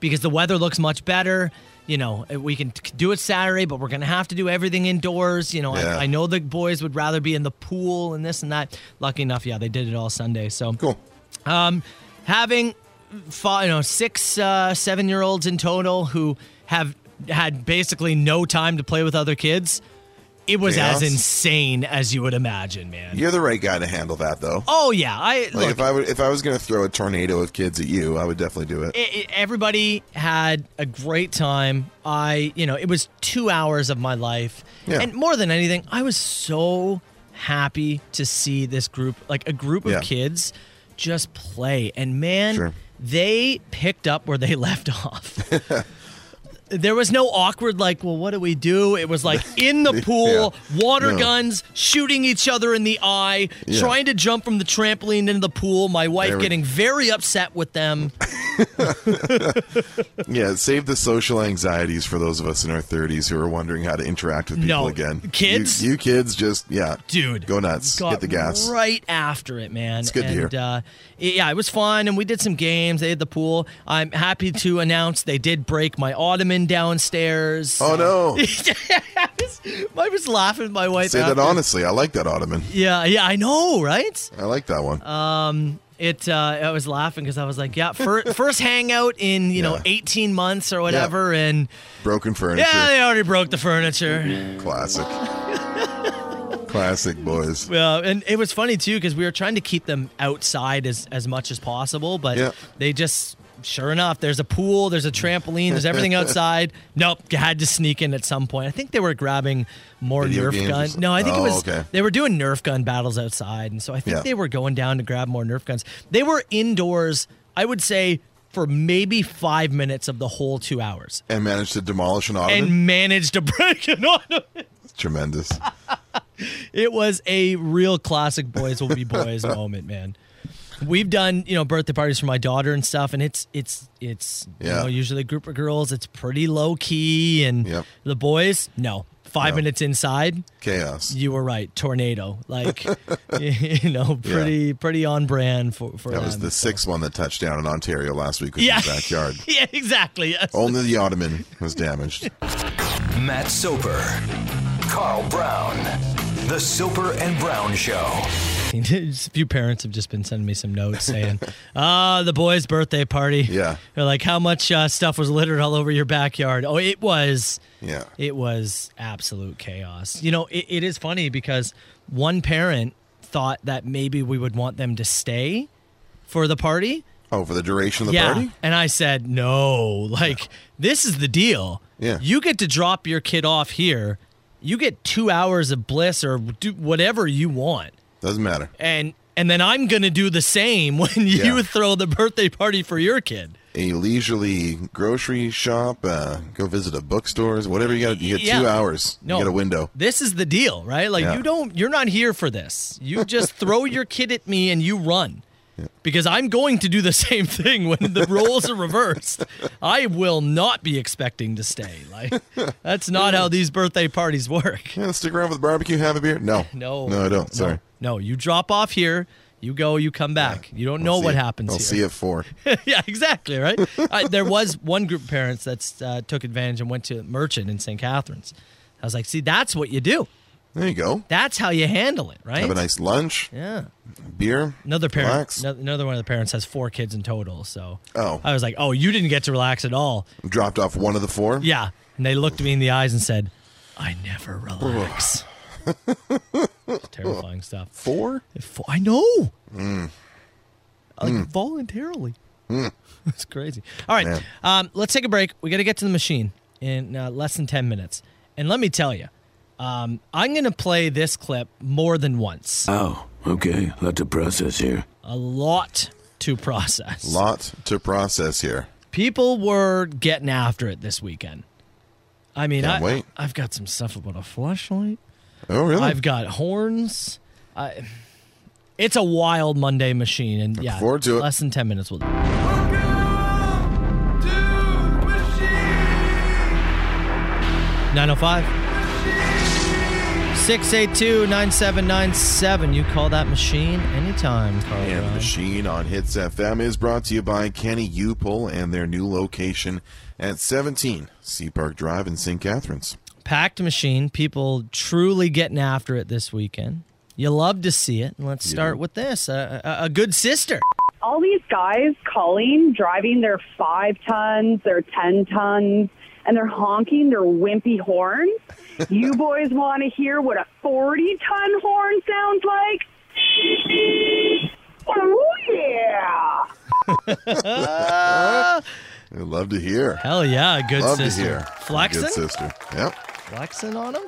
Because the weather looks much better. You know, eh, we can t- do it Saturday, but we're going to have to do everything indoors. You know,
Yeah.
I, I know the boys would rather be in the pool and this and that. Lucky enough, yeah, they did it all Sunday. So
Cool.
having five, you know six uh, seven year olds in total who have had basically no time to play with other kids it was as
Chaos.
insane as you would imagine man
You're the right guy to handle that, though.
oh yeah i
Like
look,
if I would, if I was gonna throw a tornado of kids at you, I would definitely do it.
it, it- everybody had a great time. I, you know, it was two hours of my life.
Yeah.
And more than anything, I was so happy to see this group, like a group of
Yeah.
kids just play. And man,
Sure.
they picked up where they <laughs> left off. There was no awkward, like, well, what do we do? It
<laughs>
was like in the pool, water
No.
guns, shooting each other in the eye,
Yeah.
trying to jump from the trampoline into the pool. My wife
There we-
getting very upset with them.
Yeah, save the social anxieties for those of us in our 30s who are wondering how to interact with people
No.
again.
Kids?
you, you kids, just yeah,
dude
go nuts,
got
hit the gas.
right after it man it's
good to
and,
hear.
Uh, it- yeah it was fun and we did some games they had the pool i'm happy to <laughs> announce they did break my ottoman downstairs
Oh
<laughs>
no,
I, was, I was laughing at my wife
say that
after.
honestly. I like that ottoman.
yeah yeah i know right
I like that one.
it uh, i was laughing because i was like yeah fir- <laughs> first hangout in you know
Yeah.
18 months or whatever and
Broken furniture,
yeah they already broke the furniture
classic, classic boys.
Well, Uh, and it was funny too because we were trying to keep them outside as as much as possible, but
Yeah.
they just sure enough, there's a pool, there's a trampoline,
<laughs>
there's everything outside. Nope, you had to sneak in at some point. I think they were grabbing more
Video games
Nerf
or
gun.
something.
No, I think it
Oh,
was
okay.
they were doing Nerf gun battles outside, and so I think
Yeah.
they were going down to grab more Nerf guns. They were indoors, I would say, for maybe five minutes of the whole two hours,
And managed to demolish an ottoman.
and managed to <laughs> break it on them.
Tremendous.
It was a real classic boys will
<laughs>
be boys moment, man. We've done, you know, birthday parties for my daughter and stuff, and it's it's it's you
Yeah.
know, usually a group of girls, it's pretty low key and
Yep.
the boys, no. Five
No.
minutes inside,
Chaos.
<laughs> you were right, tornado.
<laughs>
Like <laughs> you know, pretty pretty on brand for, for
that was
them,
the
so.
sixth one that touched down in Ontario last week was
Yeah.
in the backyard.
<laughs> Yeah, exactly. Yes.
Only the ottoman was
<laughs>
damaged.
Matt Soper, Carl Brown, The Soper and Brown Show.
<laughs> Just a few parents have just been sending me some notes saying, <laughs> "Ah, the boys' birthday party."
Yeah.
they're like, "How much uh, stuff was littered all over your backyard?" Oh, it was,
Yeah.
it was absolute chaos. You know, it, it is funny because one parent thought that maybe we would want them to stay for the party.
Oh, for the duration of the
yeah,
party?
and I said, "No, like this is the deal.
Yeah.
you get to drop your kid off here. You get two hours of bliss or do whatever you want."
Doesn't matter.
and and then I'm gonna do the same <laughs> when you
Yeah.
throw the birthday party for your kid.
a leisurely grocery shop, uh, go visit a bookstores, whatever you got. You get two
Yeah.
hours.
No.
You get a window.
This is the deal, right? Like
Yeah.
you don't you're not here for this. You just throw your kid at me and you run. Because I'm going to do the <laughs> same thing when the roles are reversed. I will not be expecting to stay. Like that's not how these birthday parties work. <laughs>
Yeah, stick around for the barbecue, have a beer. No,
No.
no, I don't. Sorry.
No, you drop off here, you go, you come back. You don't know
I'll see
what
it-
happens
I'll
here.
see you at
<laughs>
four.
yeah, exactly, right? <laughs> I, there was one group of parents that uh, took advantage and went to Merchant in St. Catharines. I was like, see, that's what you do.
There you go.
That's how you handle it, right?
Have a nice lunch,
yeah.
beer.
Another parent,
relax.
no- another one of the parents has four kids in total. So
Oh.
I was like, oh, you didn't get to relax at all.
Dropped off one of the four.
Yeah. And they looked me in the eyes and said, I never relax. Terrifying stuff.
Four?
Fo- I know.
Mm.
Like voluntarily. <laughs> That's crazy. All right.
Man.
Um, let's take a break. We got to get to the machine in uh, less than 10 minutes. And let me tell you, um, I'm going to play this clip more than once.
Oh, okay. Lot to process here.
A lot to process.
Lot to process here.
People were getting after it this weekend. I mean,
Can't
I,
wait.
I've got some stuff about a flashlight.
Oh, really?
I've got horns. I, it's a wild Monday machine, and yeah,
forward to it.
less than ten minutes. We'll Nine oh five. 682-9797. You call that machine anytime, Carl.
And the
Brown.
Machine on Hits FM is brought to you by Kenny Upol and their new location at 17 Sea Park Drive in St. Catharines.
packed machine. People truly getting after it this weekend. You love to see it. And let's start with this a, a, a good sister.
all these guys calling, driving their five tons, their 10 tons, and they're honking their wimpy horns. you boys want to hear what a 40 ton horn sounds like? Oh, yeah.
I'd love to hear.
Hell yeah, a good
Love
sister.
to hear.
Flexing?
Good sister. Yep.
Flexing on him?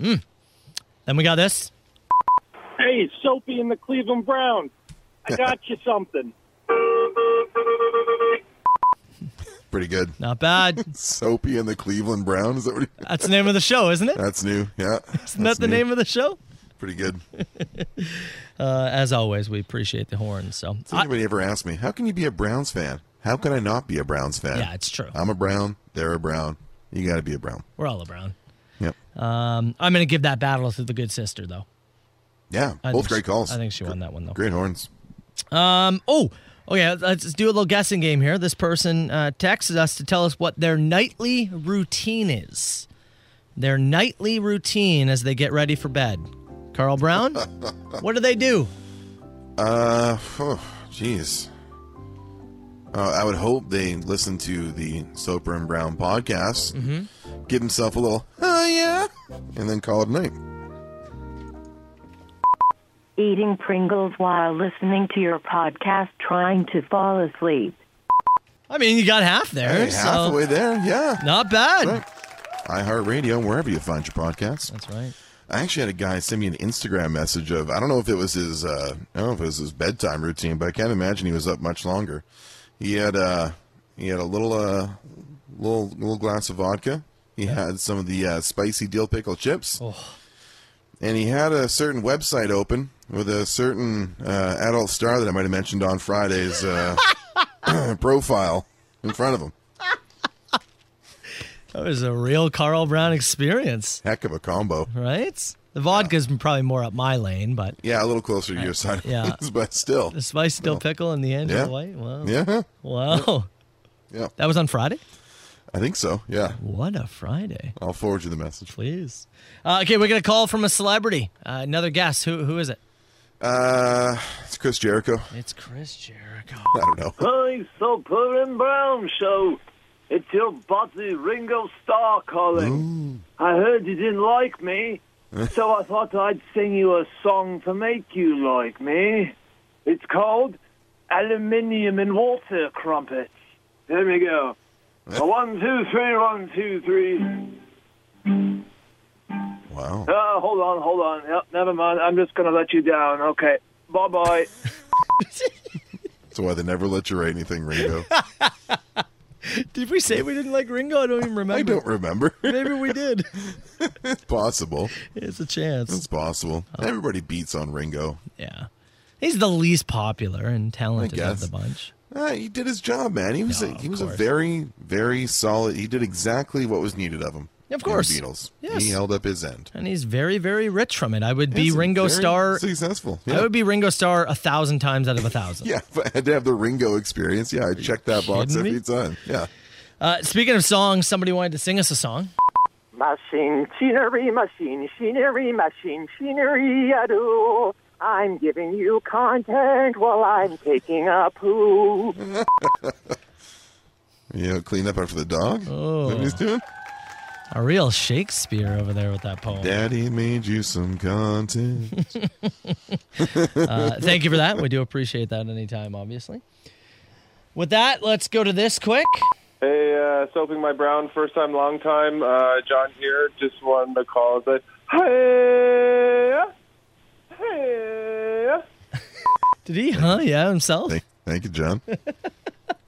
Mm. Then we got this.
Hey, it's Soapy in the Cleveland Brown.
<laughs>
I got you something.
Pretty good.
Not
<laughs>
bad.
Soapy and the Cleveland Brown. Is that what he,
That's the name of the show, isn't it?
That's new. Yeah.
Isn't that the name of the show?
Pretty good.
Uh, as always, we appreciate the horn. So,
Does anybody ever ask me, how can you be a Browns fan? How can I not be a Browns fan?
Yeah, it's true.
I'm a Brown. They're a Brown. You got to be a Brown.
we're all around.
Yep.
Um, I'm going to give that battle to the good sister, though.
Yeah.
I
both
think she-
great calls.
I think she won that one, though.
Great horns.
Oh, okay. Let's do a little guessing game here. This person uh, texted us to tell us what their nightly routine is. Their nightly routine as they get ready for bed.
<laughs>
Carl Brown, what do they do?
Uh, oh, jeez. Uh, I would hope they listen to the Soper and Brown podcast, give himself a little, oh yeah, and then call it a night.
eating Pringles while listening to your podcast, trying to fall asleep.
I mean, you got half there.
Hey,
so
half the way there, yeah.
Not bad.
Right. iHeartRadio, wherever you find your podcasts.
That's right.
I actually had a guy send me an Instagram message of I don't know if it was his uh, I don't know if it was his bedtime routine, but I can't imagine he was up much longer. He had uh, he had a little uh, little little glass of vodka. He had some of the uh, spicy dill pickle chips, and he had a certain website open with a certain uh, adult star that I might have mentioned on Friday's uh, <coughs> profile in front of him.
That was a real Carl Brown experience,
Heck of a combo.
right? The vodka's been probably more up my lane, but
Yeah, a little closer to your side,
yeah.
but still,
the spice dill pickle and the Angel
Yeah.
White. Wow.
yeah,
Wow.
Yeah.
That was on Friday?
I think so. Yeah,
What a Friday.
I'll forward you the message.
Please. Uh, okay, we're going to call from a celebrity. Uh, another guess. Who Who is it?
Uh, it's Chris Jericho. <laughs>
It's Chris Jericho.
I don't know.
Hi, Soapy and Brown Show. It's your buddy Ringo Starr calling. I heard you didn't like me, so I thought I'd sing you a song to make you like me. It's called Aluminium and Water Crumpets. There we go. A one, two, three, one, two, three.
Wow.
Uh, hold on, hold on. Yep, never mind. I'm just going to let you down. Okay. Bye bye.
It's That's why they never let you write anything,
<laughs>
Ringo.
<laughs> Did we say we didn't like Ringo? I don't even remember.
I don't remember.
<laughs>
<laughs>
Maybe we did.
possible.
It's a chance.
It's possible. Everybody beats on Ringo.
Yeah. He's the least popular and talented
I
of
guess.
the bunch.
Ah, he did his job, man. He was a, he was a very very solid. He did exactly what was needed of him.
Of
in the
course.
Beatles.
Yes.
He held up his end.
And he's very, very rich from it. I would be
He's
Ringo
very
Starr.
Successful.
I
Yeah.
would be Ringo Starr a thousand times out of a
<laughs>
thousand.
Yeah, if I had to have the Ringo experience, yeah, I checked that box
kidding
every
me?
time. Yeah.
Uh, speaking of songs, somebody wanted to sing us a song.
Machine, scenery, machine, scenery, machine, scenery, I do. I'm giving you content while I'm taking a poo.
You know, clean up after the dog. Is
Oh.
that what he's doing?
A real Shakespeare over there with that poem.
Daddy made you some content.
Uh, thank you for that. We do appreciate that anytime, obviously. With that, let's go to this quick.
Hey, uh, soaping my brown, first time, long time. Uh, John here. Just wanted to call the hey, hey.
Did he? Huh? Yeah, himself.
Thank, thank you, John. <laughs>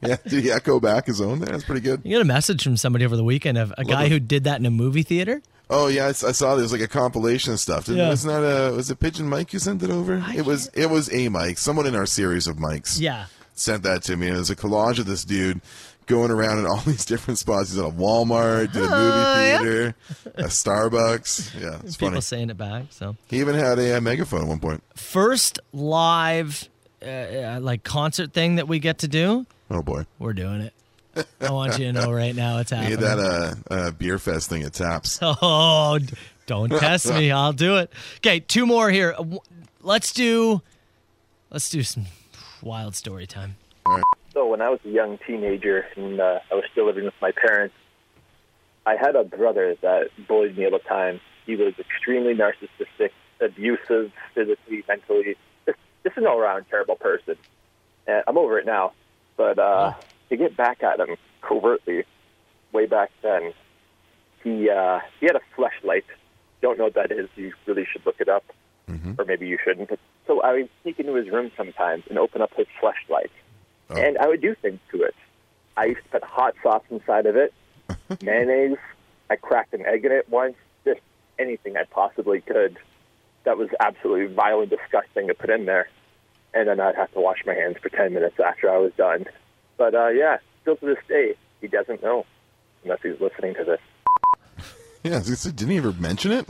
yeah, did he echo back his own there? That's pretty good.
You got a message from somebody over the weekend of a guy
it.
who did that in a movie theater.
Oh yeah, I, s- I saw there was like a compilation of stuff. Didn't,
Yeah.
Wasn't that a was it Pigeon Mike you sent it over? it was it was a Mike. Someone in our series of Mikes.
Yeah.
sent that to me. and It was a collage of this dude going around in all <laughs> these different spots. He's at a Walmart, did a
Hi.
movie theater, a Starbucks. Yeah, it's
Oh, People
funny.
saying it back. So
He even had a, uh megaphone at one point.
first live uh, uh, like concert thing that we get to do.
Oh boy,
we're doing it. I want you to know right now
<laughs>
it's
he
happening.
had that uh, uh, beer fest thing at Taps.
<laughs> Oh, d- don't test me. I'll do it. Okay, two more here. Uh, w- Let's do let's do some wild story time.
So when I was a young teenager and uh, I was still living with my parents, I had a brother that bullied me all the time. He was extremely narcissistic, abusive, physically, mentally. Just, just an all-around terrible person. And I'm over it now, but uh, to get back at him covertly, way back then, he uh, he had a flashlight. Don't know what that is. You really should look it up, or maybe you shouldn't. So I would sneak into his room sometimes and open up his flashlight, and I would do things to it. I used to put hot sauce inside of it, mayonnaise. I cracked an egg in it once. Just anything I possibly could. That was absolutely vile and disgusting to put in there. And then I'd have to wash my hands for ten minutes after I was done. But uh, yeah, still to this day, he doesn't know unless he's listening to this.
Yeah, so he said- didn't he ever mention it?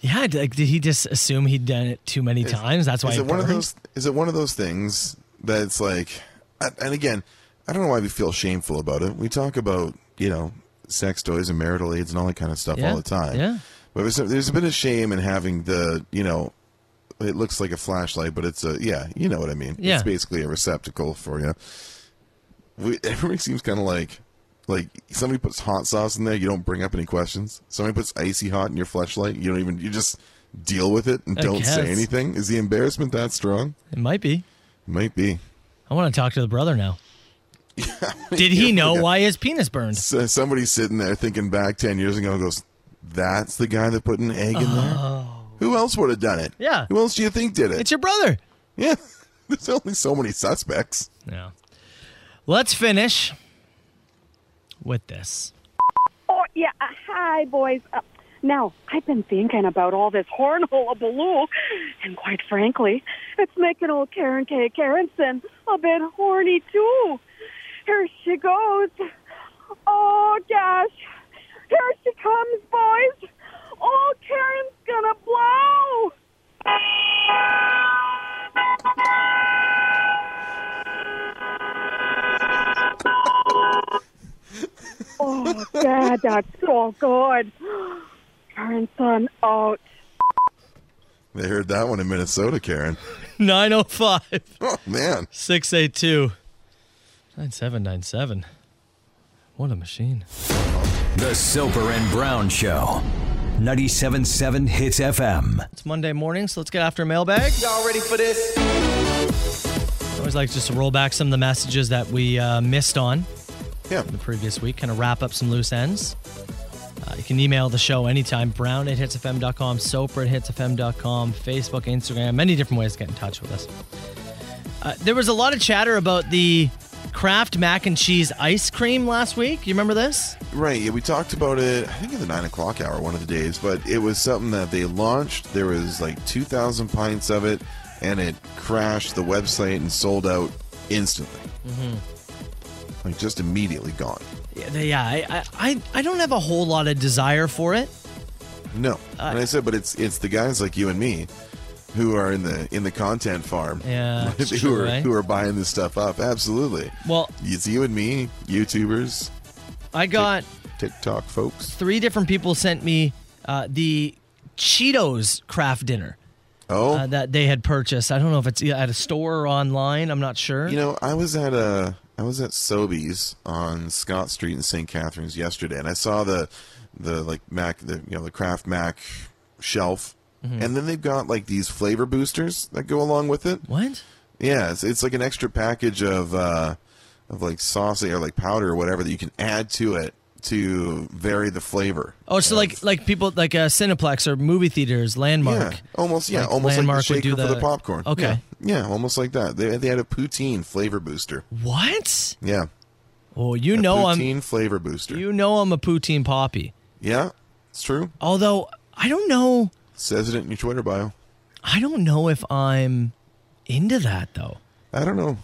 Yeah, d- like, did he just assume he'd done it too many times? That's why
Is
it
it one of
burned?
those? Is it one of those things that's like? and- And again, I don't know why we feel shameful about it. We talk about you know sex toys and marital aids and all that kind of stuff
Yeah,
all the time.
yeah.
But there's a, there's a bit of shame in having the you know, it looks like a flashlight, but it's a yeah, you know what I mean.
Yeah.
It's basically a receptacle for you. We, <laughs> everybody seems kind of like. Like somebody puts hot sauce in there, you don't bring up any questions. Somebody puts icy hot in your flashlight, you don't even you just deal with it and
I
don't say
guess.
anything. Is the embarrassment that strong?
It might be.
Might be.
I want to talk to the
<laughs>
brother now. Did he know why his penis burned?
So somebody's sitting there thinking back 10 years ago and goes, That's the guy that put an egg in there? Who else would have done it?
Oh. Yeah.
Who else do you think did it? It's
your brother.
Yeah. <laughs> There's only so many suspects.
Yeah. Let's finish with this.
Oh, yeah. Uh, Hi, boys. Uh, now, I've been thinking about all this hornhole baloo, and quite frankly, it's making old Karen K. Karenson a bit horny, too. Here she goes. Oh, gosh. Here she comes, boys. Oh, Karen's gonna blow. Oh, Dad, that's so good. <gasps> Karen's son out.
They heard that one in Minnesota, Karen.
905
Oh, man.
682 9797. What a machine.
The Soper and Brown Show. 97.7 Hits FM.
It's Monday morning, so let's get after mailbag.
Y'all ready for this?
I always like just to roll back some of the messages that we uh, missed on
yeah.
the previous week, kind of wrap up some loose ends. Uh, you can email the show anytime, brown at hitsfm.com, soper at hitsfm.com, Facebook, Instagram, many different ways to get in touch with us. Uh, there was a lot of chatter about the Kraft mac and cheese ice cream last week. You remember this?
Right. Yeah, we talked about it. I think at the nine o'clock hour, one of the days. But it was something that they launched. There was like two thousand pints of it, and it crashed the website and sold out instantly.
Mm-hmm.
Like just immediately gone.
Yeah, they- yeah I, I, I, I don't have a whole lot of desire for it.
No.
Uh,
and I said, but it's it's the guys like you and me who are in the in the content farm.
Yeah,
<laughs>
it's
who
true,
are
eh?
who are buying this stuff up. Absolutely.
Well-
it's you and me, YouTubers,
I got
TikTok folks.
three different people sent me uh, the Cheetos Kraft dinner.
Oh,
uh, that they had purchased. I don't know if it's at a store or online. I'm not sure.
You know, I was at a I was at Sobeys on Scott Street in St. Catharines yesterday, and I saw the the like Mac the you know the Kraft Mac shelf,
Mhm.
and then they've got like these flavor boosters that go along with it.
What?
Yeah, it's, it's like an extra package of uh, of like sauce or like powder or whatever that you can add to it to vary the flavor.
Oh, so like like people like uh, Cineplex or movie theaters, Landmark.
Yeah, Oh. almost. Yeah,
Like
almost like
Landmark
the
would
shaker
do
for the popcorn.
Okay.
Yeah, yeah, almost like that. They they had a poutine flavor booster.
What?
Yeah.
Oh, you know I'm-
poutine flavor booster.
You know I'm a poutine poppy.
Yeah, it's true.
Although I don't know,
Says it in your Twitter bio.
I don't know if I'm into that though.
I don't know.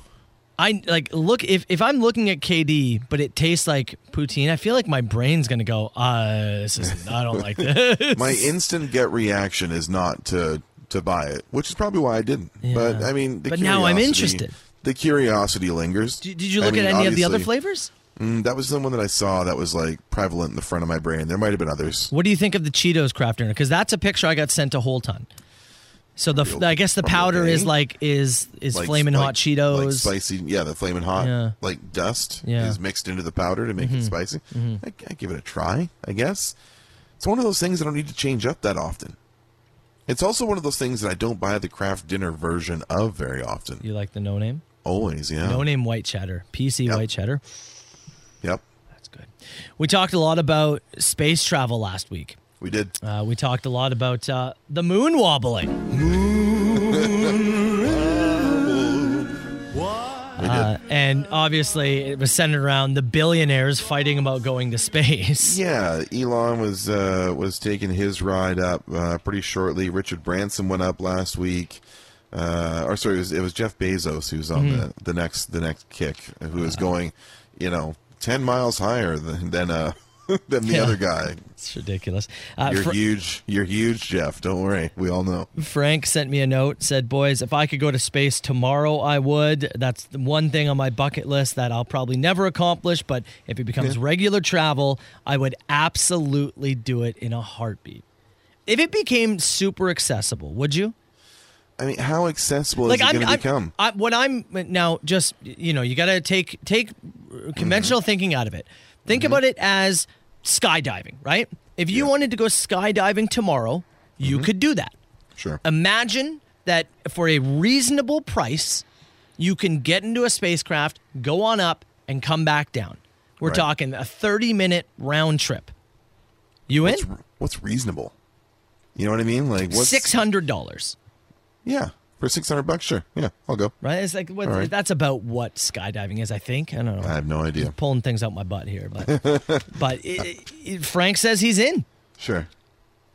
I like look if if I'm looking at KD, but it tastes like poutine. I feel like my brain's gonna go. Uh, this is I don't like
<laughs>
this.
My instant gut reaction is not to to buy it, which is probably why I didn't. But I mean, the
But now I'm
curiosity-
interested.
The curiosity lingers.
Did you look at any of the other flavors?
Mm, that was the one that I saw that was like prevalent in the front of my brain. There might have been others.
What do you think of the Cheetos craft dinner? Because that's a picture I got sent a whole ton. So the I guess the powder is like is is
Like-
flaming
like-
hot Cheetos.
like spicy. Yeah, the flaming hot,
Yeah.
like dust,
Yeah.
is mixed into the powder to make it
Mhm.
spicy.
Mhm.
I, I give it a try, I guess. It's one of those things I don't need to change up that often. It's also one of those things that I don't buy the craft dinner version of very often.
You like the no name?
Always, yeah.
No name white cheddar, PC white cheddar.
Yep.
We talked a lot about space travel last week.
We did.
Uh, we talked a lot about uh, the moon wobbling. Uh, and obviously, it was centered around the billionaires fighting about going to space.
Yeah, Elon was uh, was taking his ride up uh, pretty shortly. Richard Branson went up last week. Uh, or sorry, it was, it was Jeff Bezos who's on
Mm-hmm.
the, the next the next kick, who is going, you know, ten miles higher than than, uh, <laughs> than the
Yeah.
other guy.
It's ridiculous. Uh,
you're
Fra-
huge. You're huge, Jeff. Don't worry. We all know.
Frank sent me a note, said, Boys, if I could go to space tomorrow, I would. That's the one thing on my bucket list that I'll probably never accomplish, but if it becomes
Yeah.
regular travel, I would absolutely do it in a heartbeat. If it became super accessible, would you?
I mean, how accessible is it
I'm-
going to
I'm-
become?
I, what I'm now just you know you got to take take conventional
Mm-hmm.
thinking out of it. Think about it as skydiving, right? If you wanted to go skydiving tomorrow, you
Mm-hmm.
could do that.
Sure.
Imagine that for a reasonable price, you can get into a spacecraft, go on up, and come back down. We're
Right.
talking a 30 minute round trip. You in?
What's, what's reasonable? You know what I mean? Like what's
$600.
Yeah, for six hundred bucks, sure. Yeah, I'll go.
Right? It's like what,
All right.
that's about what skydiving is, I think. I don't know.
I have no idea.
pulling things out my butt here,
<laughs>
but but it, it, Frank says he's in
Sure.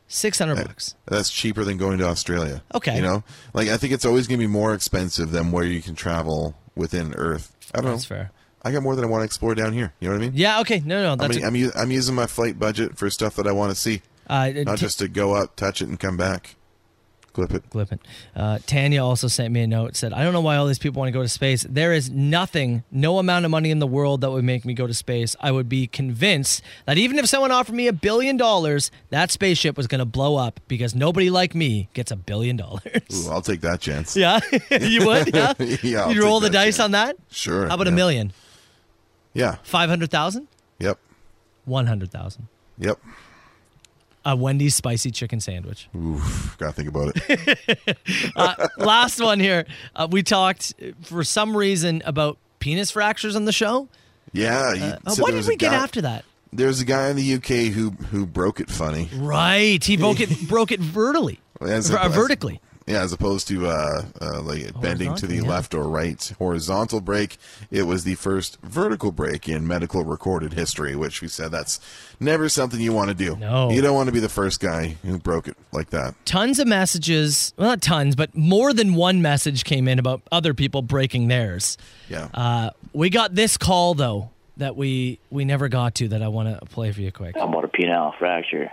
six hundred bucks.
That's cheaper than going to Australia.
Okay.
You know, like I think it's always going to be more expensive than where you can travel within Earth. I don't know.
That's fair.
I got more than I want to explore down here. You know what I mean?
Yeah. Okay. No. No.
I
That's
mean, I'm, u- I'm using my flight budget for stuff that I want to see,
uh,
not
t-
just to go up, touch it, and come back. Clip it.
Clip it. Uh, Tanya also sent me a note. Said, "I don't know why all these people want to go to space. There is nothing, no amount of money in the world that would make me go to space. I would be convinced that even if someone offered me a billion dollars, that spaceship was going to blow up because nobody like me gets a billion dollars. <laughs>
Ooh, I'll take that chance.
Yeah, <laughs> you would. Yeah,
<laughs> Yeah, I'll
You'd roll the
take that
dice
chance.
on that.
Sure,
How about a
yeah.
million?
Yeah.
Five hundred thousand?
Yep.
One hundred thousand.
Yep.
A Wendy's spicy chicken sandwich.
Oof. Gotta think about
<laughs>
it.
Uh, last one here. Uh, we talked uh, for some reason about penis fractures on the show.
Yeah. You,
Uh, uh,
said
what
there was
did
a
we get
guy-
after that?
There's a guy in the UK who who broke it funny. <laughs>
Right, he broke it broke it vertically,
As
Ver-
opposed-
vertically.
Yeah, as opposed to uh, uh, like bending to the left or right horizontal break, it was the first vertical break in medical recorded history, which we said that's never something you want to do.
No.
You don't want to be the first guy who broke it like that.
Tons of messages. Well, not tons, but more than one message came in about other people breaking theirs.
Yeah.
Uh, we got this call though that we we never got to that I want to play for you quick.
I'm about a penile fracture.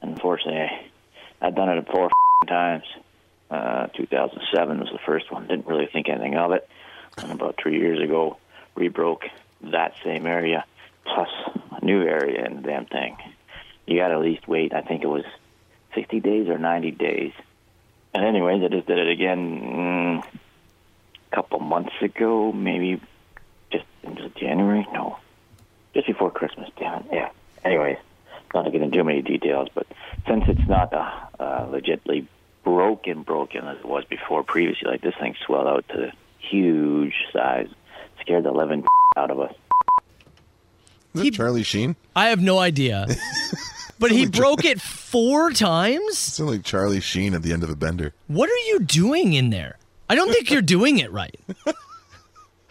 Unfortunately, I, I've done it four times. Uh, 2007 was the first one. Didn't really think anything of it. And about three years ago, rebroke that same area plus a new area in the damn thing. You got to at least wait. I think it was 60 days or 90 days. And anyways, I just did it again mm, a couple months ago, maybe just into January. No, just before Christmas. Damn it. Yeah. Anyways, not to get into too many details, but since it's not uh, uh, legitly broken, broken as it was before previously, like this thing swelled out to huge size, scared the living <laughs> out of us.
Is it Charlie Sheen?
I have
<laughs>
no idea. But he broke it four times?
It's like Charlie Sheen at the end of a bender.
What are you doing in there? I don't think you're doing it right. <laughs>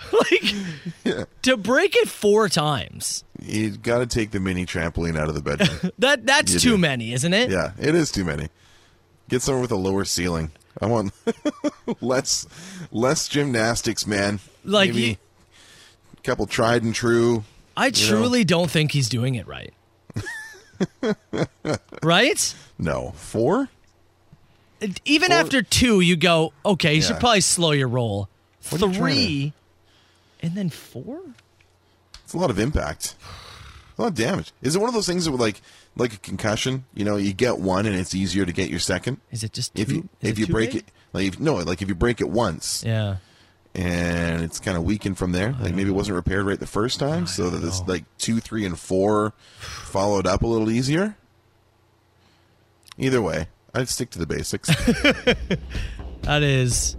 <laughs>
like to break it four times.
You got to take the mini trampoline out of the
<laughs>
bedroom.
That that's
You
too
do.
many, isn't it?
yeah, it is too many. Get somewhere with a lower ceiling. I want <laughs> less less gymnastics, man.
Like
Maybe
you-
a couple tried and true.
I
you know?
truly don't think he's doing
<laughs>
it right. right?
no four.
Even
Four-
after two, you go, okay, you
Yeah.
should probably slow your roll.
What are you trying to-
Three, and then four?
It's a lot of impact. A lot of damage. Is it one of those things that would like like a concussion? You know, you get one and it's easier to get your second.
Is it just
if you
too- is
if
it
you
too
break
big?
it like if, no like if you break it once
Yeah.
and it's kind of weakened from there. Like maybe it wasn't repaired right the first time, so that it's like two, three, and four followed up a little easier. Either way, I'd stick to the
<laughs>
basics.
That is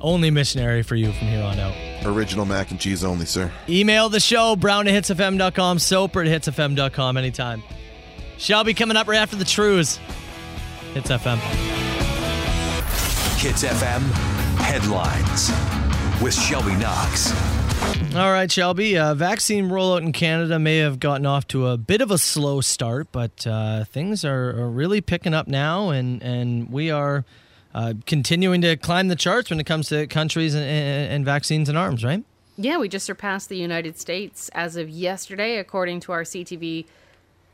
only missionary for you from here on out.
Original mac and cheese only, sir.
Email the show, brown at hitsfm.com, soper at hitsfm.com anytime. Shelby coming up right after the trues. Hits FM.
Hits FM headlines with Shelby Knox.
All right, Shelby. Uh, vaccine rollout in Canada may have gotten off to a bit of a slow start, but uh, things are, are really picking up now, and and we are uh, continuing to climb the charts when it comes to countries and, and, and vaccines and arms. Right?
Yeah, we just surpassed the United States as of yesterday, according to our CTV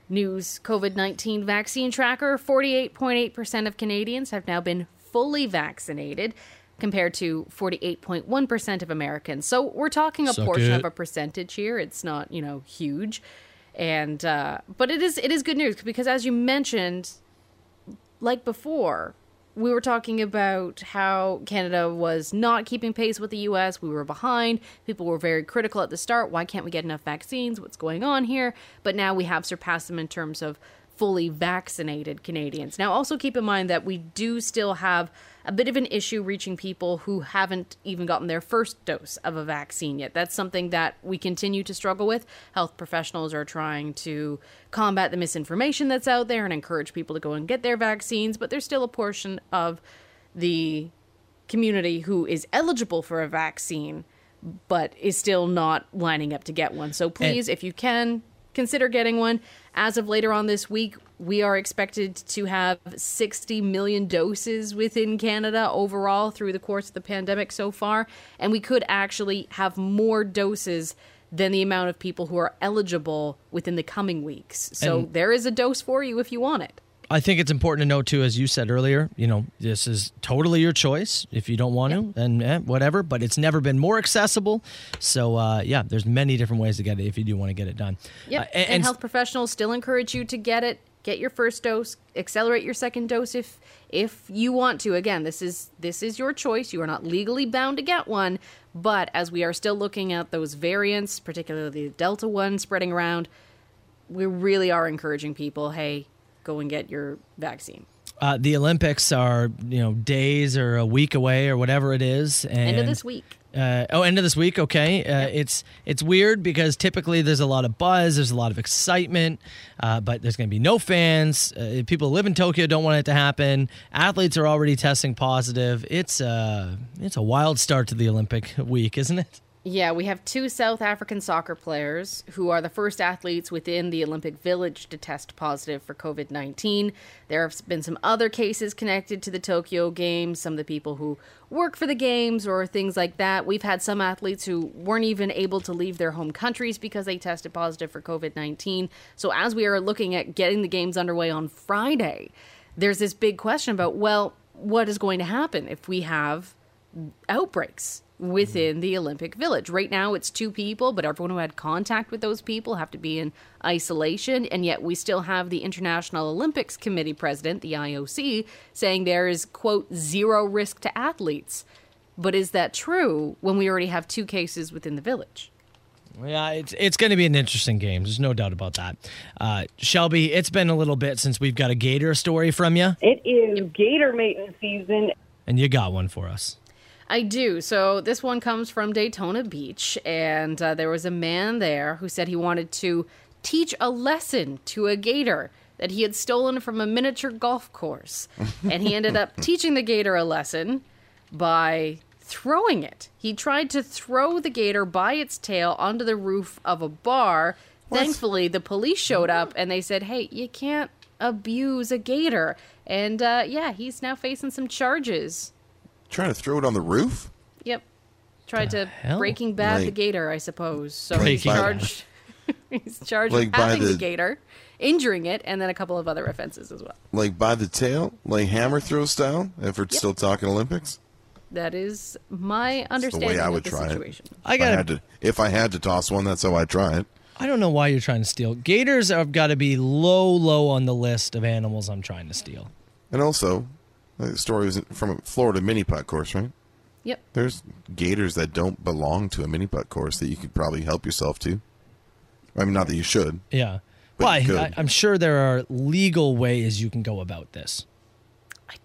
News COVID 19 vaccine tracker. 48.8% of Canadians have now been fully vaccinated, compared to 48.1% of Americans. So we're talking a
Suck
portion
it.
of a percentage here. It's not, you know, huge. And, uh, but it is, it is good news because as you mentioned, like before, we were talking about how Canada was not keeping pace with the US. We were behind. People were very critical at the start. Why can't we get enough vaccines? What's going on here? But now we have surpassed them in terms of fully vaccinated Canadians. Now, also keep in mind that we do still have a bit of an issue reaching people who haven't even gotten their first dose of a vaccine yet. That's something that we continue to struggle with. Health professionals are trying to combat the misinformation that's out there and encourage people to go and get their vaccines, but there's still a portion of the community who is eligible for a vaccine but is still not lining up to get one. So please, if you can, consider getting one. As of later on this week, we are expected to have 60 million doses within Canada overall through the course of the pandemic so far. And we could actually have more doses than the amount of people who are eligible within the coming weeks. So
And-
there is a dose for you if you want it.
I think it's important to note too, as you said earlier. You know, this is totally your choice if you don't want to, and eh, whatever. But it's never been more accessible. So uh, yeah, there's many different ways to get it if you do want to get it done.
Yep.
Uh,
and, health professionals still encourage you to get it. Get your first dose. Accelerate your second dose if if you want to. Again, this is this is your choice. You are not legally bound to get one. But as we are still looking at those variants, particularly the Delta one spreading around, we really are encouraging people. Hey, go and get your vaccine.
Uh, the Olympics are, you know, days or a week away or whatever it is. And
End of this week.
Uh, oh, end of this week. Okay, uh, it's it's weird because typically there's a lot of buzz, there's a lot of excitement, uh, but there's going to be no fans. Uh, people who live in Tokyo don't want it to happen. Athletes are already testing positive. It's uh, it's a wild start to the Olympic week, isn't it?
Yeah, we have two South African soccer players who are the first athletes within the Olympic Village to test positive for COVID 19. There have been some other cases connected to the Tokyo Games, some of the people who work for the Games or things like that. We've had some athletes who weren't even able to leave their home countries because they tested positive for COVID 19. So, as we are looking at getting the Games underway on Friday, there's this big question about, well, what is going to happen if we have outbreaks within the Olympic Village. Right now, it's two people, but everyone who had contact with those people have to be in isolation. And yet, we still have the International Olympics Committee president, the IOC, saying there is, quote, zero risk to athletes. But is that true when we already have two cases within the village?
Yeah, it's it's going to be an interesting game. There's no doubt about that. Uh, Shelby, it's been a little bit since we've got a Gator story from you,
It is gator mating season.
and you got one for us.
I do. So this one comes from Daytona Beach, and uh, there was a man there who said he wanted to teach a lesson to a gator that he had stolen from a miniature
<laughs>
golf course, and he ended up teaching the gator a lesson by throwing it. He tried to throw the gator by its tail onto the roof of a bar. Thankfully, the police showed up and they said, "Hey, you can't abuse a gator." And uh, yeah, he's now facing some charges.
Trying to throw it on the roof?
Yep. Tried to Breaking Bad the
Like-
Gator, I suppose. So
Like
he's
by-
charged. <laughs> he's charged
Like
with
by
having the...
the-
gator, injuring it, and then a couple of other offenses as well.
Like by the tail? Like hammer throw style? If we're still talking Olympics?
That is my
It's the
understanding
way I
of
would
the
try
situation.
it.
I
If
gotta-
had to, if I had to toss one, that's how I try it.
I don't know why you're trying to steal. Gators have got to be low, low on the list of animals I'm trying to steal.
And also, the story was from a Florida mini putt course, right?
Yep.
There's gators that don't belong to a mini putt course that you could probably help yourself to. I mean, not that you should.
Yeah.
But
But I,
you
I,
could.
I'm sure there are legal ways you can go about this.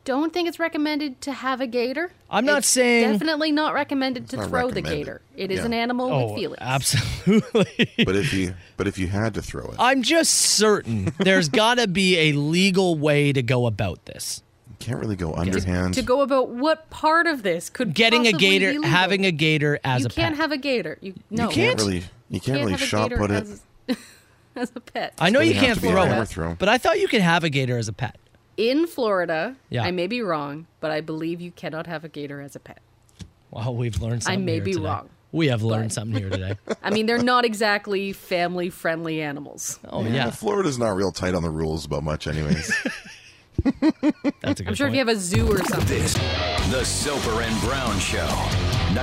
Don't think it's recommended to have a gator.
I'm not saying.
Definitely not recommended to
not
throw the
recommended.
gator. It is
Yeah.
an animal
Oh,
with feelings.
absolutely. <laughs>
But if you but if you had to throw it,
I'm just certain there's got to be a legal way to go about this.
you can't really go underhand.
To go about what part of this could
Getting a
possibly be
gator,
legal.
having a gator as
you
a pet.
can't have a gator. You no.
you can't really you can't, really
have a
shot
gator
put it.
as, as a pet.
I know
Doesn't
you
have to
can't
be a
throw
hammer
it,
throw.
but I thought you could have a gator as a pet.
in Florida.
Yeah.
I may be wrong, but I believe you cannot have a gator as a pet.
Wow, we've learned
I
something.
may
here
be
today.
wrong,
We have learned something here today.
<laughs> I mean, they're not exactly family friendly animals.
Oh,
Florida's not real tight on the rules about much,
<laughs>
anyways.
That's a
I'm sure if you have a zoo or something.
This, The Soper and Brown Show,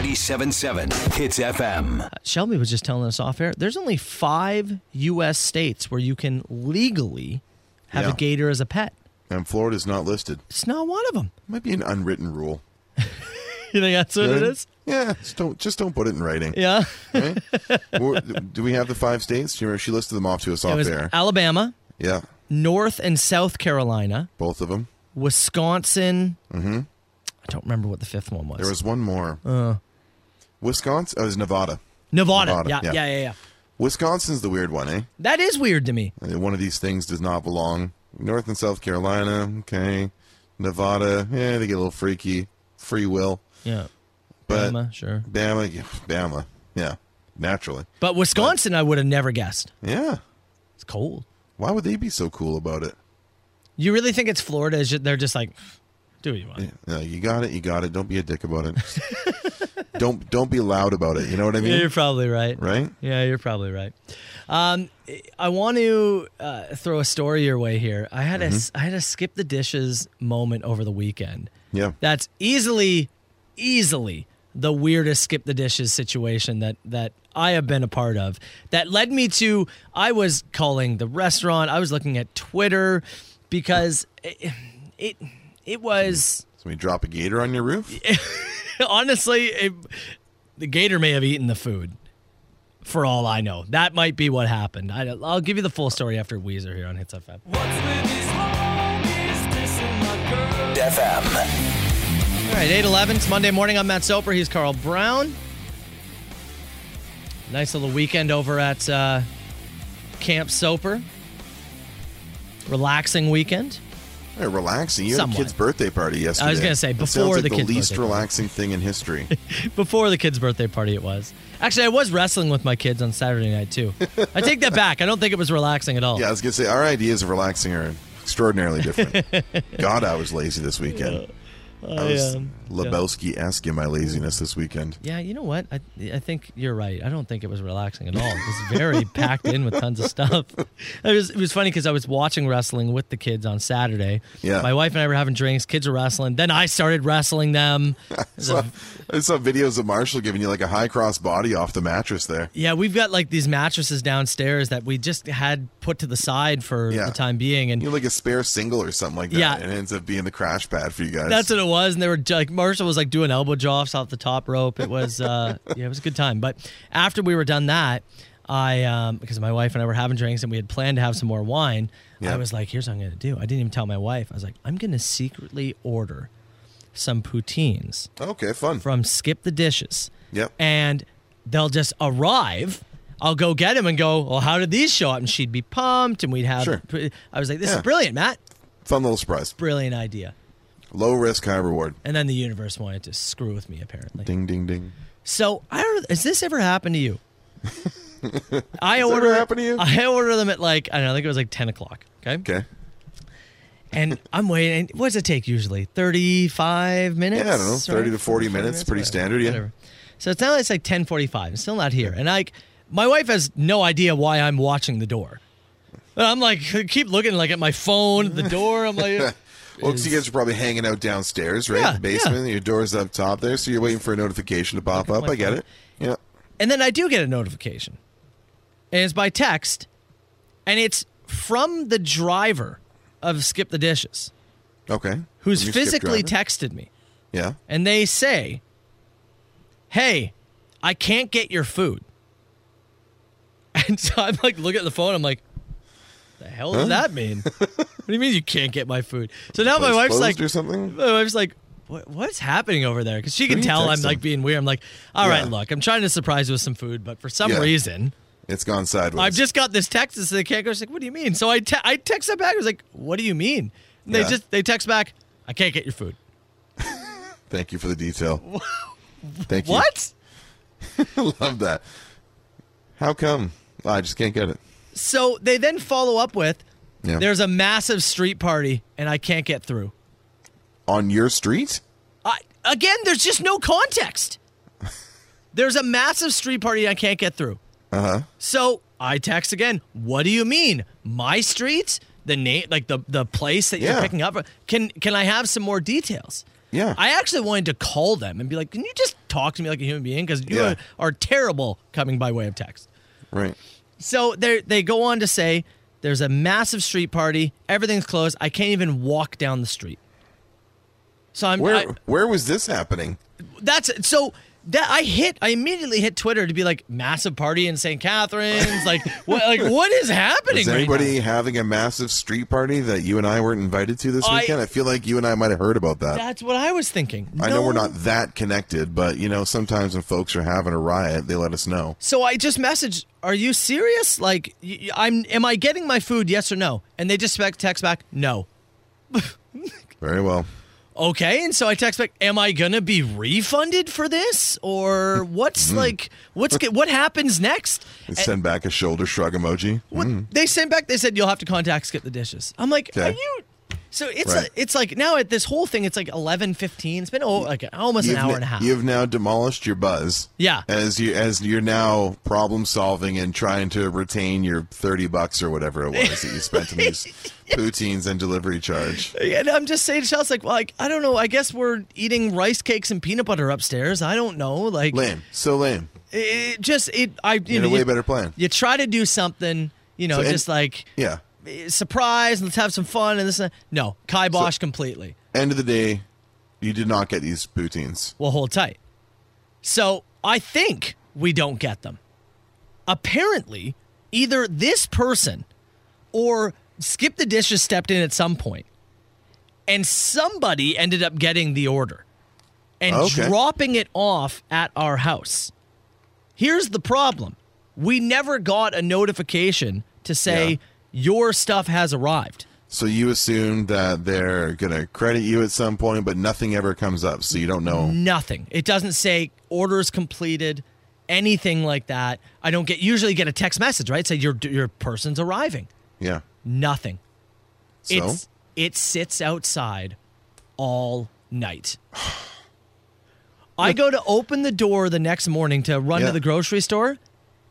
97.7 Hits FM.
Uh, Shelby was just telling us off air. There's only five U.S. states where you can legally have
Yeah.
a gator as a pet.
and Florida's not listed.
It's not one of them.
Might be an unwritten rule.
<laughs> You think that's what it
Right?
is?
Yeah, just don't just don't put it in writing.
Yeah.
Or- Do we have the five states? Do you remember she listed them off to us
it
off
was
air?
Alabama,
yeah,
North and South Carolina,
both of them.
Wisconsin.
Mm-hmm.
I don't remember what the fifth one was.
There was one more.
Uh,
Wisconsin. Oh, it was Nevada.
Nevada.
Nevada,
Yeah,
yeah.
yeah, yeah, yeah,
Wisconsin's the weird one, eh?
That is weird to me.
Uh, One of these things does not belong. North and South Carolina, okay. Nevada, yeah, they get a little freaky. Free will,
Yeah.
but
Bama, sure.
Bama, yeah, Bama, yeah, naturally,
But Wisconsin, I would have never guessed.
yeah.
It's cold.
Why would they be so cool about it?
You really think it's Florida? Is ju- they're just like, do what you want.
No, you got it, you got it. Don't be a dick about it. <laughs> don't don't be loud about it. You know what I
Yeah,
mean?
you're probably right.
right?
Yeah, you're probably right. Um, I want to uh, throw a story your way here. I had a
Mm-hmm.
s I had a skip the dishes moment over the weekend.
Yeah.
That's easily, easily the weirdest skip the dishes situation that that I have been a part of. That led me to I was calling the restaurant. I was looking at Twitter because it it, it was <laughs>
Somebody drop a gator on your roof?
honestly it, the gator may have eaten the food. For all I know, that might be what happened. I, I'll give you the full story after Weezer here on Hits FM.
FM.
All right, 8 11. It's Monday morning. I'm Matt Soper. He's Carl Brown. Nice little weekend over at uh, Camp Soper. Relaxing weekend.
Hey, relaxing. You
Somewhat.
had a kid's birthday party yesterday.
gonna say,
That
before
sounds like
the
the
kid's
least
birthday party.
relaxing thing in history.
Before the kids' birthday party, it was. Actually, I was wrestling with my kids on Saturday night, too. I take that back. I don't think it was relaxing at all.
<laughs> yeah, I was gonna say our ideas of relaxing are extraordinarily
<laughs>
different. God, I was lazy this weekend. I was
I, um, yeah.
Lebowski esque in my laziness this weekend.
Yeah, you know what? I, I think you're right. I don't think it was relaxing at all. It was very packed in with tons of stuff. It was it was funny because I was watching wrestling with the kids on Saturday.
Yeah.
My wife and I were having drinks. Kids were wrestling. Then I started wrestling them.
I saw, I saw videos of Marshall giving you like a high cross body off the mattress there.
Yeah, we've got like these mattresses downstairs that we just had put to the side for the time being, and
you know, like a spare single or something like that.
Yeah.
and it ends up being the crash pad for you guys.
That's what it was, and they were like Marshall was like doing elbow drops off the top rope. It was uh, <laughs> yeah, it was a good time. But after we were done that, I um, because my wife and I were having drinks and we had planned to have some more wine. I
Yeah.
was like, here's what I'm gonna do. I didn't even tell my wife. I was like, I'm gonna secretly order some poutines.
Okay, fun.
From Skip the Dishes.
Yep.
And they'll just arrive. I'll go get them and go, well, how did these show up? And she'd be pumped and we'd have.
Sure.
I was like, this
Yeah.
is brilliant, Matt.
Fun little surprise.
Brilliant idea.
Low risk, high reward.
And then the universe wanted to screw with me, apparently.
Ding, ding, ding.
So, I don't, has this ever happened
<laughs>
to you? I
Has that
order
ever happened to you?
I order them at like I don't know, I think it was like ten o'clock. Okay.
Okay.
And I'm waiting. What does it take usually? Thirty-five minutes.
Yeah, I don't know, 30 to 40 minutes, pretty standard, yeah.
So it's now it's like ten forty-five. It's still not here, and I, my wife has no idea why I'm watching the door. But I'm like, keep looking like at my phone, at the door.
<laughs>
I'm like,
Well, 'cause you guys are probably hanging out downstairs, right?
Yeah,
the basement. Your door's up top there, so you're waiting for a notification to pop up. I get it. Yeah.
And then I do get a notification. And it's by text. And it's from the driver of Skip the Dishes,
Okay.
who's
New skip
physically
driver.
texted me.
Yeah.
And they say, Hey, I can't get your food. <laughs> And so I'm like, look at the phone. I'm like, the hell does
Huh?
that mean? what do you mean you can't get
<laughs>
my food? So now my
Place
wife's
closed
like,
or something?
my wife's like, what, what's happening over there? Because she
Who
can
do you
tell I'm
text
like
them?
being weird. I'm like, all right,
Yeah.
look, I'm trying to surprise you with some food, but for some
Yeah.
reason,
It's gone sideways.
I've just got this text that they can't go. She's like, what do you mean? So I, te- I text them back. I was like, what do you mean? And They
Yeah.
just they text back, I can't get your food.
Thank you for the
<laughs>
detail. Thank you. <laughs>
What?
Love that. How come? I just can't get it.
So they then follow up with,
Yeah.
there's a massive street party and I can't get through.
On your street?
I, again, there's just no context. there's a massive street party I can't get through.
Uh huh.
So I text again. What do you mean? My street? The name, like the the place that
Yeah.
you're picking up? Can can I have some more details?
Yeah.
I actually wanted to call them and be like, "Can you just talk to me like a human being? Because you
Yeah.
are, are terrible coming by way of text."
Right.
So they they go on to say, "There's a massive street party. Everything's closed. I can't even walk down the street." So I'm
Where
I-
Where was this happening?
that's so that I hit I immediately hit Twitter to be like massive party in St.
<laughs>
Catharines like what like what is happening
Is
right
anybody
now?
having a massive street party that you and I weren't invited to this
I-
weekend? I feel like you and I might have heard about that.
That's what I was thinking.
I know we're
No.
not that connected, but you know, sometimes when folks are having a riot, they let us know.
So I just messaged, "Are you serious? Like y- y- I'm am I getting my food yes or no?" And they just spec- text back, "No."
Very well.
Okay, and so I text back, "Am I going to be refunded for this or
Mm-hmm.
what's like what's ge- what happens next?"
They send back a shoulder shrug emoji. Mm.
They sent back. They said you'll have to contact Skip the Dishes. I'm like,
Okay.
are you? So it's
Right.
a, it's like now at this whole thing. It's like 11:15. It's been oh, like almost
You've
an hour
n-
and a half.
You've now demolished your buzz.
Yeah.
As you as you're now problem solving and trying to retain your thirty bucks or whatever it was that you spent on
<laughs>
these poutines and delivery charge.
And I'm just saying to Chelsea, like, well, like I don't know. I guess we're eating rice cakes and peanut butter upstairs. I don't know. Like
Lame. So lame.
It, it just it. I you
You had
know
a way
you,
better plan.
you try to do something. You know,
So, and-
just like
Yeah.
eh, surprise. Let's have some fun and this. And that. No, kibosh completely.
End of the day, you did not get these poutines.
Well, hold tight. So I think we don't get them. Apparently, either this person or Skip the Dishes stepped in at some point, and somebody ended up getting the order and
Okay.
dropping it off at our house. Here's the problem we never got a notification to say your stuff has arrived.
So you assume that they're gonna credit you at some point, but nothing ever comes up, so you don't know.
Nothing. It doesn't say orders completed, anything like that. I don't get usually get a text message, right? Say your your person's arriving.
Yeah.
Nothing.
So?
It's, it sits outside all night. <sighs> I go to open the door the next morning to run
Yeah.
to the grocery store,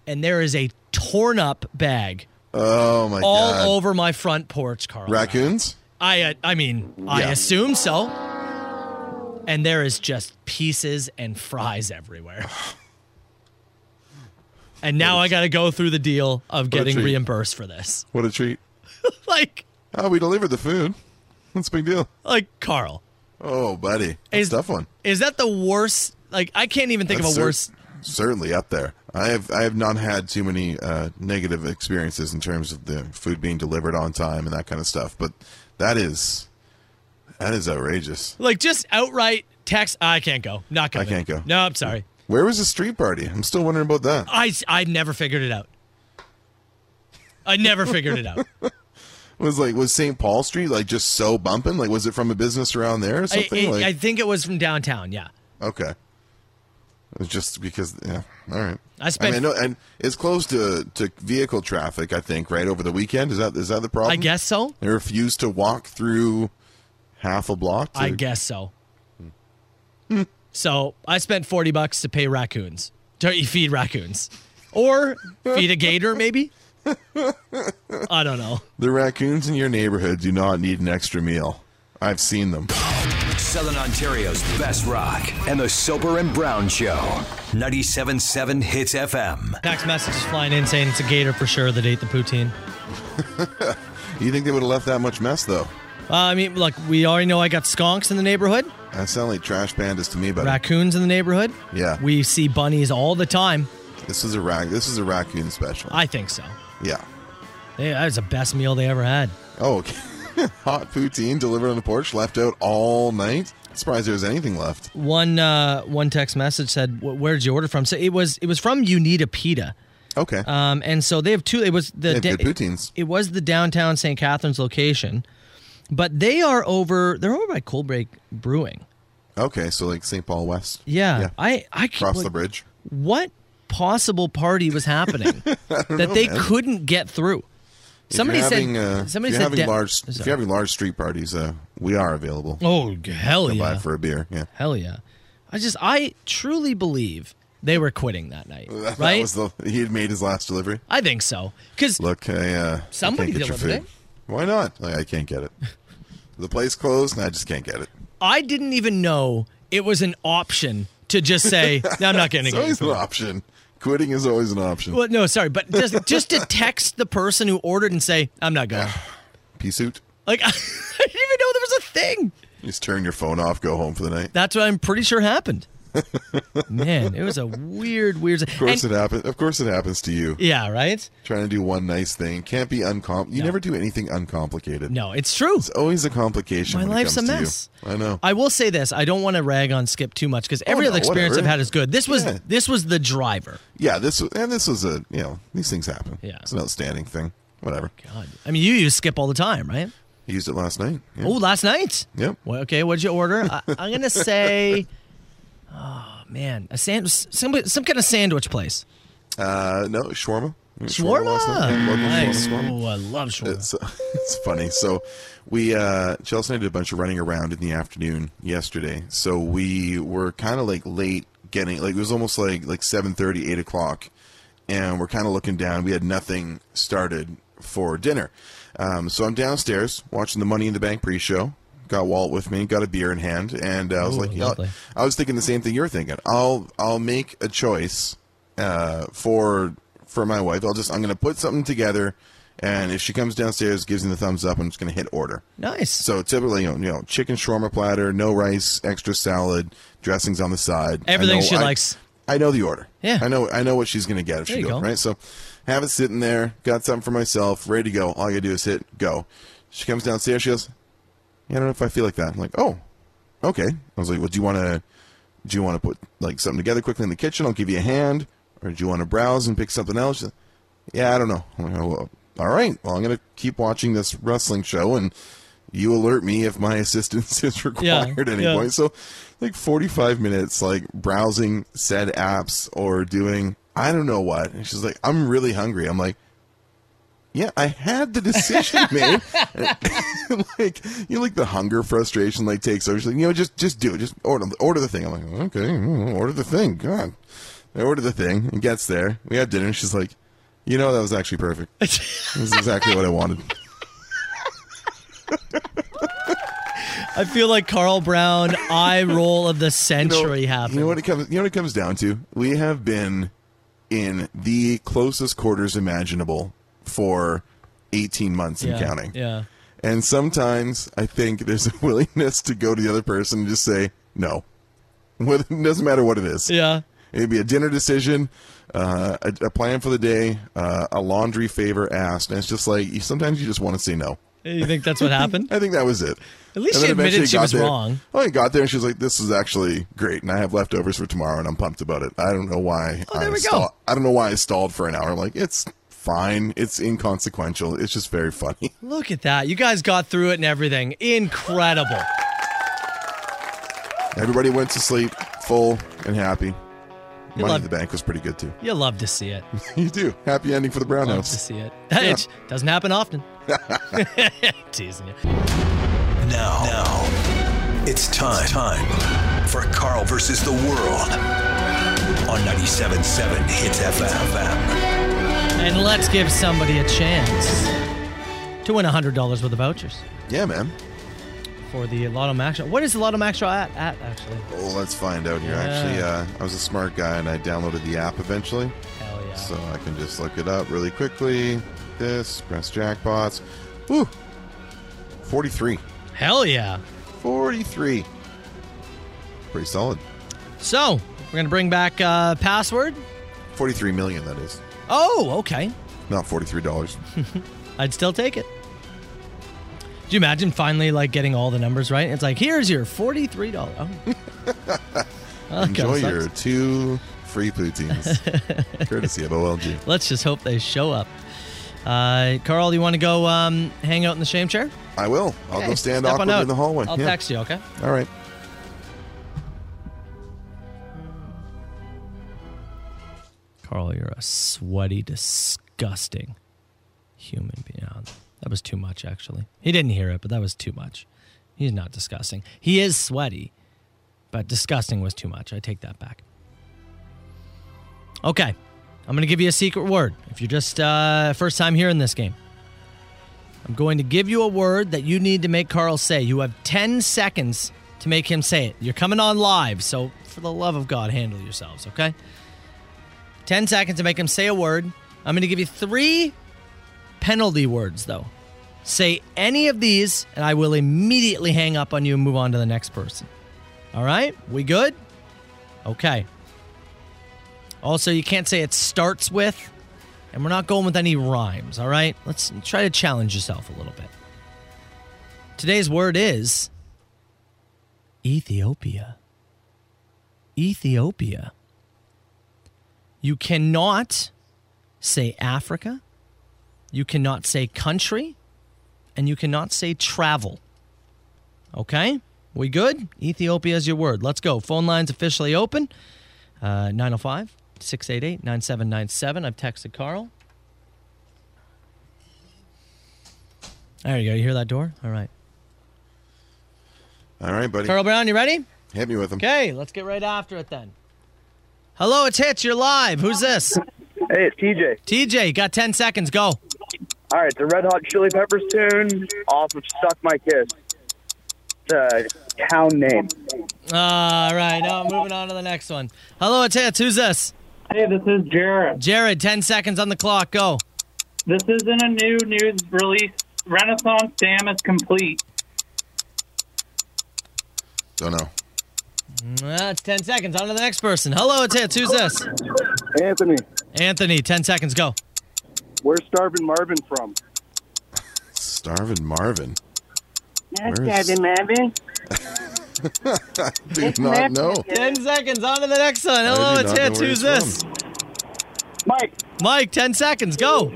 and there is a torn up bag
Oh my
all
god.
over my front porch, Carl.
Raccoons?
I uh, I mean, I
Yeah.
assume so. And there is just pieces and
<sighs>
fries everywhere. and now I got to go through the deal
What
of
a
getting
treat.
reimbursed for this. <laughs>
What a treat.
like
Oh, we delivered the food. What's a big deal?
Like Carl.
Oh, buddy. That's
Is-
a tough one.
Is that the worst? Like I can't even think
That's
of a
cer-
worse.
Certainly up there. I have I have not had too many uh, negative experiences in terms of the food being delivered on time and that kind of stuff. But that is that is outrageous.
Like just outright text. I can't go. Not
I
coming.
can't go.
No, I'm sorry.
Where was the street party? I'm still wondering about that.
I s- I never figured it out. I never figured it out.
Was like was St. Paul Street like just so bumping? Like was it from a business around there or <laughs>
I,
something?
I-
like
I think it was from downtown. Yeah.
Okay. It was just because, yeah. All right.
I spent-
mean, I know, and it's close to, to vehicle traffic. I think right over the weekend. Is that is that the problem?
I guess so.
They refuse to walk through half a block. To,
I guess so. So I spent forty bucks to pay raccoons to feed raccoons, or feed a gator maybe. I don't know.
the raccoons in your neighborhood do not need an extra meal. I've seen them.
Southern Ontario's best rock and the Soper and Brown Show. 97.7 Hits FM.
Text message is flying in saying it's a gator for sure that ate the poutine.
You think they would have left that much mess though?
Uh, I mean, look, we already know I got skunks in the neighborhood,
That sound like trash pandas to me, but
raccoons in the neighborhood.
yeah,
We see bunnies all the time.
this is a rac. This is a raccoon special.
I think so.
yeah.
Yeah, that was the best meal they ever had.
Oh, okay. <laughs> hot poutine delivered on the porch, left out all night. Surprised there was anything left.
One uh, one text message said, "Wh- "Where did you order from?" So it was it was from Unita Pita.
Okay.
Um, and so they have two. It was the
They have
da-
good poutines.
It, was the downtown St. Catharines location, but they are over. They're over by Coldbreak Brewing.
Okay, so like St. Paul West.
Yeah, I I can't-
cross the
like,
bridge.
What possible party
<laughs>
was happening that
know,
they
man.
couldn't get through?
If
Somebody
you're
said.
having, uh,
somebody
if you're
said.
having
da-
large. If
Sorry.
you're having large street parties, uh, we are available.
Oh g- hell
Come
yeah!
by for a beer. Yeah, <laughs>
Hell yeah! I just I truly believe they were quitting that night,
<laughs> that,
right?
was the he had made his last delivery.
I think so because
Look, I, uh, I
Somebody
can't get your
delivered
food. Why not? Like, I can't
<laughs>
get it. the place closed, and I just can't get it.
I didn't even know it was an option to
<laughs>
just say, "No, I'm not getting
It's
it."
always an option. Quitting is always an option.
Well, no, sorry,
<laughs>
but just just to text the person who ordered and say, "I'm
<sighs>
not going."
Pea suit.
Like <laughs> I didn't even know there was a thing.
Just turn your phone off. Go home for the night.
That's what I'm pretty sure happened. Man, it was a weird, weird.
Of course it happens. Of course it happens to you.
Yeah, right.
Trying to do one nice thing can't be uncom. You never do anything uncomplicated.
No, it's true.
It's always a complication.
My
when it
life's
comes
a
to you.
mess.
I know.
I will say this: I don't want to rag on Skip too much because
Oh,
every
no,
other experience
whatever.
I've had is good. This was
Yeah.
this was the driver.
Yeah, this was, and this was a you know these things happen.
Yeah.
it's an outstanding thing. Whatever.
God, I mean, you use Skip all the time, right?
I used it last night. Yeah.
Oh, last night.
Yep.
Well, okay, what'd you order? I, I'm gonna say, <laughs> oh man, a sand, some some kind of sandwich place.
Uh, no shawarma.
Shawarma.
last night. Yeah, local
Nice.
shawarma.
Oh, I love shawarma.
It's, <laughs> it's funny. So we uh, Chelsea and I did a bunch of running around in the afternoon yesterday. So we were kind of like late getting like it was almost like like 7:30, 8 o'clock, and we're kind of looking down. We had nothing started for dinner. Um, so I'm downstairs watching the Money in the Bank pre-show. Got Walt with me, got a beer in hand, and uh, I was
Ooh,
like, you know,
lovely.
I was thinking the same thing you're thinking. I'll I'll make a choice uh, for for my wife. I'll just I'm gonna put something together, and if she comes downstairs, gives me the thumbs up, I'm just gonna hit order.
Nice.
So typically, you know, you know chicken shawarma platter, no rice, extra salad, dressings on the side. I
Everything
know-
she
I-
likes.
I know the order.
Yeah.
I know I know what she's gonna get if
There
she
you
goes
go.
right. So have it sitting there. Got something for myself, ready to go. All I gotta do is hit go. She comes downstairs. She goes, yeah, I don't know if I feel like that. I'm like, oh, okay. I was like, well, do you want to, do you want to put like something together quickly in the kitchen? I'll give you a hand, or do you want to browse and pick something else? She's like, yeah, I don't know. I'm like, "Oh, well, all right. Well, I'm going to keep watching this wrestling show and you alert me if my <laughs> assistance is required at any
yeah.
point. So, like 45 minutes, like browsing said apps or doing, I don't know what. And she's like, I'm really hungry. I'm like, yeah, I had the
<laughs>
decision made. <laughs> like you know, like the hunger frustration like takes over. She's like, you know, just just do it. Just order order the thing. I'm like, okay, mm, order the thing. God, I order the thing. It gets there. We have dinner. She's like, you know, that was actually perfect. this is exactly what I
<laughs>
wanted.
<laughs> I feel like Carl Brown eye roll of the century happened.
You know what it comes. You know what it comes down to. We have been in the closest quarters imaginable for 18 months
yeah.
and counting.
Yeah.
And sometimes I think there's a <laughs> willingness to go to the other person and just say no. Whether, it doesn't matter what it is.
Yeah.
It'd be a dinner decision, uh, a, a plan for the day, uh, a laundry favor asked. And it's just like you, sometimes you just want to say no.
You think that's what happened? <laughs>
I think that was it.
At least
And
she
then eventually
admitted she
got
was
there-
wrong.
Oh, I got there and she was like, "This is actually great, and I have leftovers for tomorrow, and I'm pumped about it." I don't know why. I
Oh, there we go.
stall- I don't know why I stalled for an hour. Like it's fine. It's inconsequential. It's just very funny. <laughs>
Look at that. You guys got through it and everything. Incredible.
Everybody went to sleep full and happy.
You
Money
love-
in the Bank was pretty good too.
You love to see it.
you do. Happy ending for the Brown
Love
House.
to see it.
Yeah.
<laughs> It doesn't happen often. <laughs> Teasing you.
Now, now, it's time, time for Carl versus the world on 97.7 Hits FM.
And let's give somebody a chance to win $100 worth of vouchers
Yeah, man.
for the Lotto Max Show. What is the Lotto Max Show at, at actually?
Well, Oh, let's find out here.
Yeah.
Actually, uh, I was a smart guy and I downloaded the app eventually. Hell yeah. So I can just look it up really quickly. This, press jackpots. Woo! 43.
Hell yeah.
43. Pretty solid.
So, we're going to bring back uh, password.
43 million, that is.
Oh, okay.
Not
<laughs>
$43.
I'd still take it. Do you imagine finally like getting all the numbers right? It's like, here's your $43. Oh.
<laughs>
Well, that kinda
Enjoy
sucks.
your two free
<laughs>
poutines. courtesy of OLG.
Let's just hope they show up. Uh, Carl, you want to go um, hang out in the shame chair?
I will. I'll
Okay,
go stand
step on
awkwardly
out.
in the hallway.
I'll
Yeah.
text you, okay?
All right.
Carl, you're a sweaty, disgusting human being. No, that was too much, actually. He didn't hear it, but that was too much. He's not disgusting. He is sweaty, but disgusting was too much. I take that back. Okay, I'm going to give you a secret word. If you're just uh, first time here in this game, I'm going to give you a word that you need to make Carl say. You have 10 seconds to make him say it. You're coming on live, so for the love of God, handle yourselves, okay? 10 seconds to make him say a word. I'm going to give you three penalty words, though. Say any of these, and I will immediately hang up on you and move on to the next person. All right? We good? Okay. Also, you can't say it starts with, and we're not going with any rhymes, all right? Let's try to challenge yourself a little bit. Today's word is Ethiopia. Ethiopia. You cannot say Africa. You cannot say country. And you cannot say travel. Okay? We good? Ethiopia is your word. Let's go. Phone lines officially open Uh, 905 688 9797. I've texted Carl. There you go. You hear that door? All right.
All right, buddy.
Carl Brown, you ready?
Hit me with him.
Okay, let's get right after it then. Hello, it's Hitch. You're live. Who's this?
Hey, it's TJ.
TJ, you got 10 seconds. Go.
All right, the Red Hot Chili Peppers tune off of "Suck My Kiss." The town name.
All right, now moving on to the next one. Hello, it's Hits. Who's this? Hey, this is Jared. Jared, 10 seconds on the clock. Go.
This isn't a new news release. Renaissance Dam is complete.
Don't know.
That's 10 seconds. On to the next person. Hello, it's Hits. Who's this? Anthony. Anthony, 10 seconds. Go.
Where's Starvin' Marvin from?
Starvin' Marvin.
That's
Where is- Starvin' <laughs>
Marvin.
do not know.
Ten seconds. On to the next one.
I
Hello,
do
it's
not know
Hits.
where he's
Who's this? Mike. Mike, 10 seconds. Go.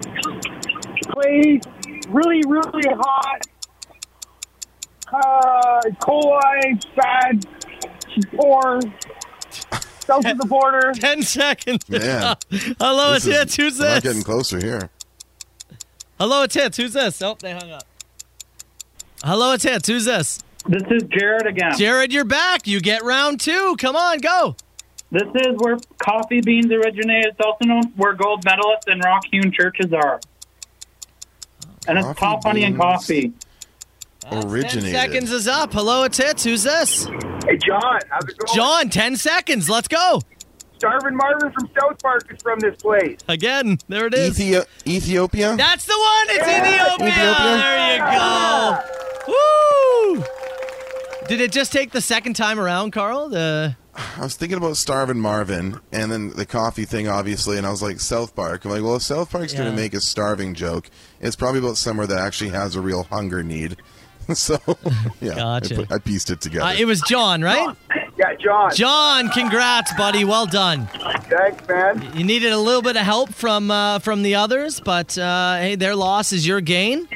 Clay, really, really hot. Uh, coli, bad, porn, south of the border.
10 <laughs> seconds.
Man.
Hello, it's
This is-
Hits. Who's
we're not
this?
getting closer here.
Hello, it's Hits. Who's this? Oh, they hung up. Hello, it's Hits. Who's this?
This is Jared again.
Jared, you're back. You get round two. Come on, go.
This is where coffee beans originated. It's also known where gold medalists and rock hewn churches are. And it's
Coffee
top honey and
beans.
coffee.
Originated.
Oh, Seconds is up. Hello, it's Hits. Who's this?
Hey, John, how's it going?
John, 10 seconds. Let's go.
Starvin Marvin from South Park is from this place.
Again, there it is.
Ethio- Ethiopia?
That's the one. It's
Yeah.
Ethiopia.
Ethiopia.
There you go. Woo! Did it just take the second time around, Carl? The
I was thinking about Starvin Marvin and then the coffee thing, obviously, and I was like, South Park. I'm like, well, if South Park's going
Yeah.
to make a starving joke, it's probably about somewhere that actually has a real hunger need. <laughs> so, yeah. I
Gotcha.
put- I, pieced it together.
uh, it was John, right?
<laughs> Yeah, John.
John, congrats, buddy. Well done.
Thanks, man.
You needed a little bit of help from uh, from the others, but uh, hey, their loss is your gain,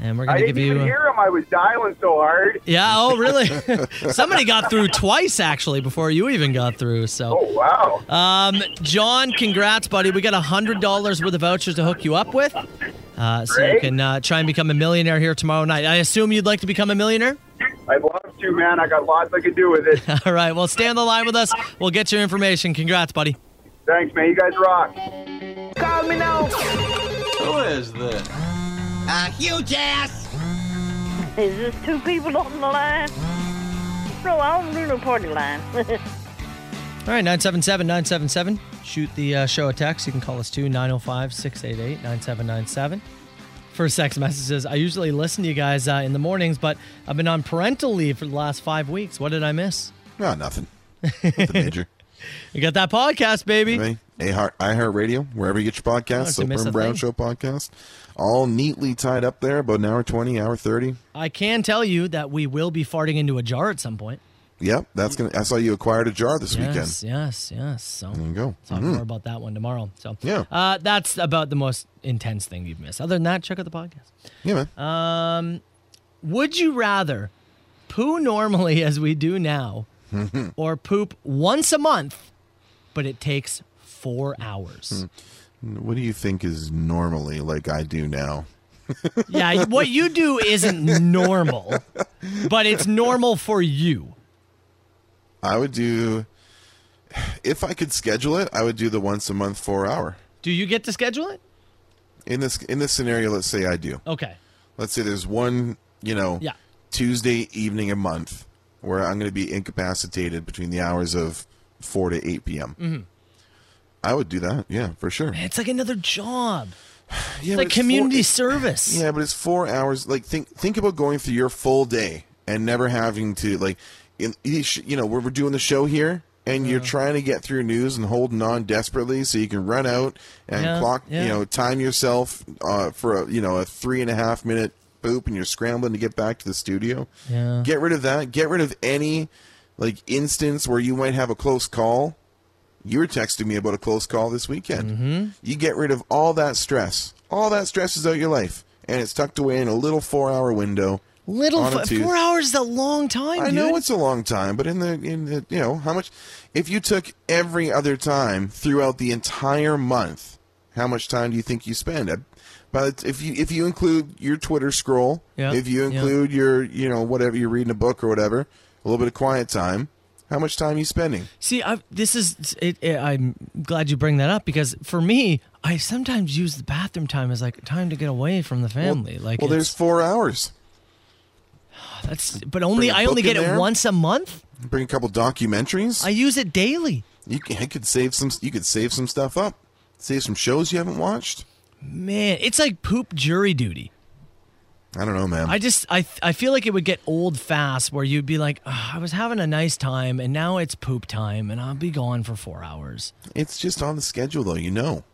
and we're
I
gonna
didn't
give you. uh,
even hear him. I was dialing so hard.
Yeah.
<laughs>
Oh, really? <laughs> Somebody got through twice actually before you even got through. So.
Oh, wow.
Um, John, congrats, buddy. We got a hundred dollars worth of vouchers to hook you up with, uh, so you
Great.
can uh, try and become a millionaire here tomorrow night. I assume you'd like to become a millionaire. <laughs>
I'd love to, man. I got lots I could do with
<laughs>
it.
All right. Well, stay on the line with us. We'll get your information. Congrats, buddy.
Thanks, man. You guys rock.
Call me now.
Who is this?
A huge ass.
Is this two people on the line? No, I don't do no party line.
All right, 977 977. Shoot the uh, show a text. You can call us too, 905 688 9797. First text messages. I usually listen to you guys uh, in the mornings, but I've been on parental leave for the last five weeks. What did I miss?
No, nothing. Nothing major.
You got that podcast, baby.
iHeart Radio, wherever you get your
Oh,
podcast,
did I
Soper
miss a
and Brown
thing?
Show podcast, all neatly tied up there, about an hour 20, hour 30.
I can tell you that we will be farting into a jar at some point.
Yep, that's gonna. I saw you acquired a jar this
Yes, yes, yes. So
weekend. There you go.
talk
Mhm.
more about that one tomorrow. So
Yeah.
uh, that's about the most intense thing you've missed. Other than that, check out the podcast.
Yeah, man.
Um, would you rather poo normally as we
<laughs>
do now, or poop once a month, but it takes four hours?
What do you think is normally like I do now?
yeah, what you do isn't normal, but it's normal for you.
I would do, if I could schedule it, I would do the once a month four hour.
Do you get to schedule it?
In this in this scenario, let's say I do.
Okay.
Let's say there's one, you know,
Yeah.
Tuesday evening a month where I'm going to be incapacitated between the hours of four to eight p.m.
Mhm.
I would do that. Yeah, for sure.
It's like another job.
Yeah,
it's
but
like
it's
community
four-
service.
Yeah, but it's four hours. Like think think about going through your full day and never having to like, in, each- you know, we're, we're doing the show here, and you're trying to get through news and holding on desperately so you can run out and
Yeah,
clock,
yeah.
you know, time yourself uh, for a you know a three and a half minute boop, and you're scrambling to get back to the studio.
Yeah.
Get rid of that. Get rid of any like instance where you might have a close call. You were texting me about a close call this weekend. Mm-hmm. You get rid of all that stress. All that stress is out your life, and it's tucked away in a little four-hour window.
Little
on a
f-
Tues-
four hours is a long time.
I
dude.
know it's a long time, but in the in the you know how much? If you took every other time throughout the entire month, how much time do you think you spend? I- But if you if you include your Twitter scroll,
Yeah,
if you
yeah.
include your you know whatever you're reading a book or whatever, a little bit of quiet time, how much time are you spending?
See, I, this is. It, it, I'm glad you bring that up because for me, I sometimes use the bathroom time as like time to get away from the family.
Well,
like,
well, there's
it's-
four hours.
that's. But only
bring a
I only
book
get
in
it
there.
once a month.
Bring a couple documentaries.
I use it daily.
you, c- you could save some. You could save some stuff up. Save some shows you haven't watched.
Man, it's like poop jury duty.
I don't know, man.
I just I I feel like it would get old fast where you'd be like, "Ugh, I was having a nice time and now it's poop time and I'll be gone for four hours.
It's just on the schedule, though. You know,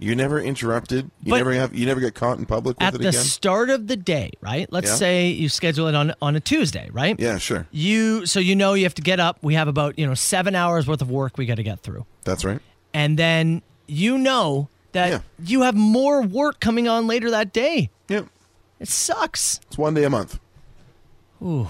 you're never interrupted. You
But-
never have. You never get caught in public with
At
it
the
again.
start of the day, right? Let's
Yeah.
say you schedule it on on a Tuesday, right?
yeah, sure.
You so you know you have to get up. We have about, you know, 7 hours worth of work we got to get through.
That's right.
And then you know that you have more work coming on later that day.
Yep.
It sucks.
It's one day a month.
Ooh,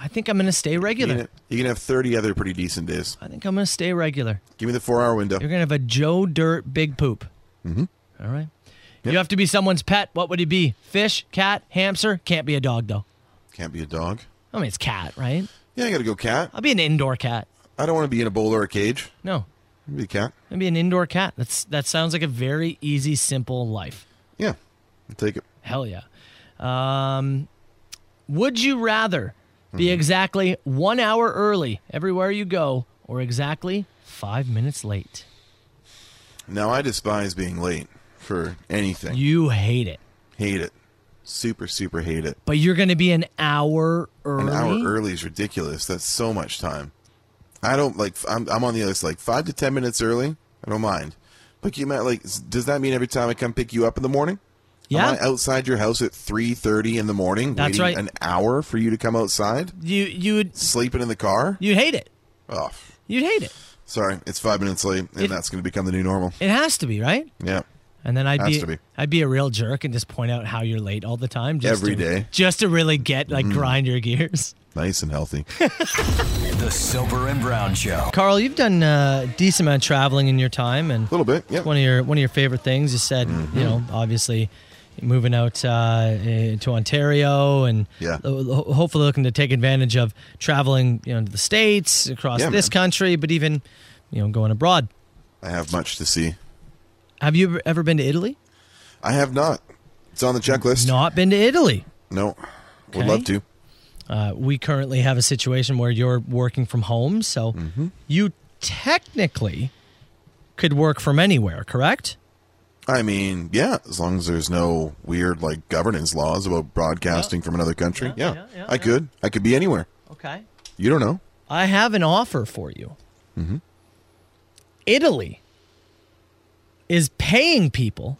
I think I'm going to stay regular.
You can, you can have 30 other pretty decent days.
I think I'm going to stay regular.
Give me the four hour window.
You're going to have a Joe Dirt big poop.
Mm-hmm.
All right. You have to be someone's pet. What would he be? Fish, cat, hamster? Can't be a dog, though.
Can't be a dog.
I mean, it's cat, right?
Yeah, I got to go cat.
I'll be an indoor cat.
I don't want to be in a bowl or a cage.
No,
I'll be a cat.
I'd be an indoor cat. That's That sounds like a very easy, simple life.
Yeah, I'll take it.
Hell yeah. Um, would you rather be
Mm-hmm.
exactly one hour early everywhere you go or exactly five minutes late?
Now, I despise being late for anything.
You hate it.
Hate it. Super, super hate it.
But you're going to be an hour early.
An hour early is ridiculous. That's so much time. I don't like. I'm, I'm on the other side. Like five to ten minutes early, I don't mind. But you might like. Does that mean every time I come pick you up in the morning?
Yeah.
Am I outside your house at three thirty in the morning?
That's
waiting
right.
An hour for you to come outside,
You you would
sleeping in the car.
you hate it.
Oh,
You'd hate it.
sorry. It's five minutes late, and
It-
that's going to become the new normal.
It has to be right.
Yeah.
And then I'd
Has
be,
to be.
I'd be a real jerk and just point out how you're late all the time. Just
Every
to,
day.
just to really get like
Mm.
grind your gears. <laughs>
Nice and healthy.
The Soper and Brown Show.
Carl, you've done a decent amount of traveling in your time, and a
little bit.
<laughs>
Yeah,
one of your one of your favorite things. You said,
Mm-hmm.
you know, obviously moving out uh, eh, to Ontario, and
Yeah.
ho- ho- hopefully looking to take advantage of traveling, you know, to the states, across
Yeah,
this country, but even you know going abroad.
I have much to see.
Have you ever- ever been to Italy?
I have not. It's on the checklist.
Not been to Italy.
No. Would
Okay.
love to.
Uh, we currently have a situation where you're working from home, so
Mm-hmm.
you technically could work from anywhere, correct?
I mean, yeah, as long as there's no weird like governance laws about broadcasting from another country. Yeah. I could. I could be anywhere.
Okay.
You don't know.
I have an offer for you.
Mhm.
Italy is paying people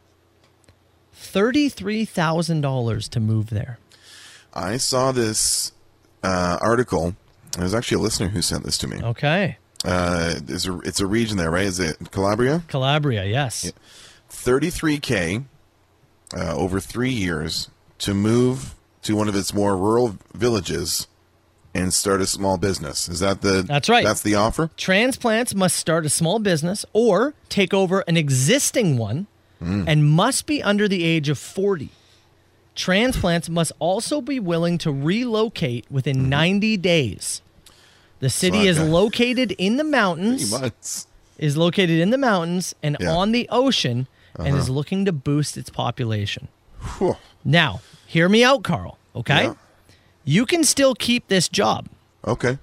$33,000 to move there.
I saw this uh, article. It was actually a listener who sent this to me.
Okay.
Uh, it's a it's a region there, right? Is it Calabria?
Calabria, yes.
Thirty-three k uh, over three years to move to one of its more rural villages and start a small business. Is that the?
That's right.
That's the offer.
Transplants must start a small business or take over an existing one
Mm.
and must be under the age of 40. Transplants must also be willing to relocate within 90 days. The city
I've
is
got-
located in the mountains.
Three months.
Is located in the mountains and
Yeah.
on the ocean and is
Uh-huh.
looking to boost its population.
Whew.
Now, hear me out, Carl, okay? You can still keep this job.
Okay.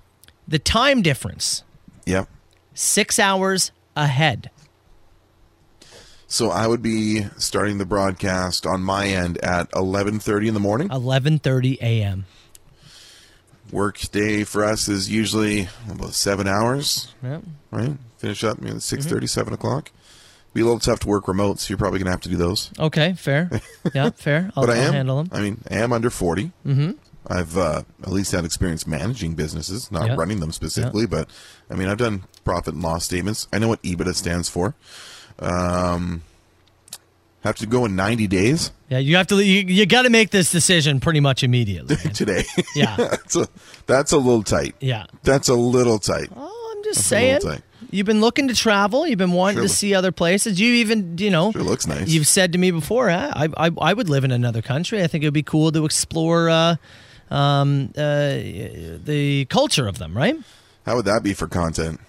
The time difference
Yeah.
six hours ahead.
So I would be starting the broadcast on my end at 11:30 in the
Oh.
morning.
11:30 a.m.
Work day for us is usually about 7 hours,
Yep.
right? Finish up
Mm-hmm.
you know, 6:30 7 o'clock. Be a little tough to work remote, so you're probably going to have to do those.
Okay, fair.
<laughs>
Yeah, fair. I'll,
but I
Oh, I'll
am
handle them.
I mean, I am under 40.
Mm-hmm.
I've uh, at least had experience managing businesses, not
Yeah.
running them specifically, but I mean, I've done profit and loss statements. I know what EBITDA stands for. Um, have to go in 90 days.
Yeah, you have to. You, you got to make this decision pretty much immediately.
<laughs> today.
Yeah.
that's a that's a little tight.
Yeah.
That's a little tight.
Oh, I'm just
That's a little
saying.
tight.
You've been looking to travel. You've been wanting
Sure
to
look-
see other places. You even, you know,
Sure looks nice.
You've said to me before, "Ah, I, I, I would live in another country. I think it would be cool to explore uh, um, uh, the culture of them. Right?
How would that be for content?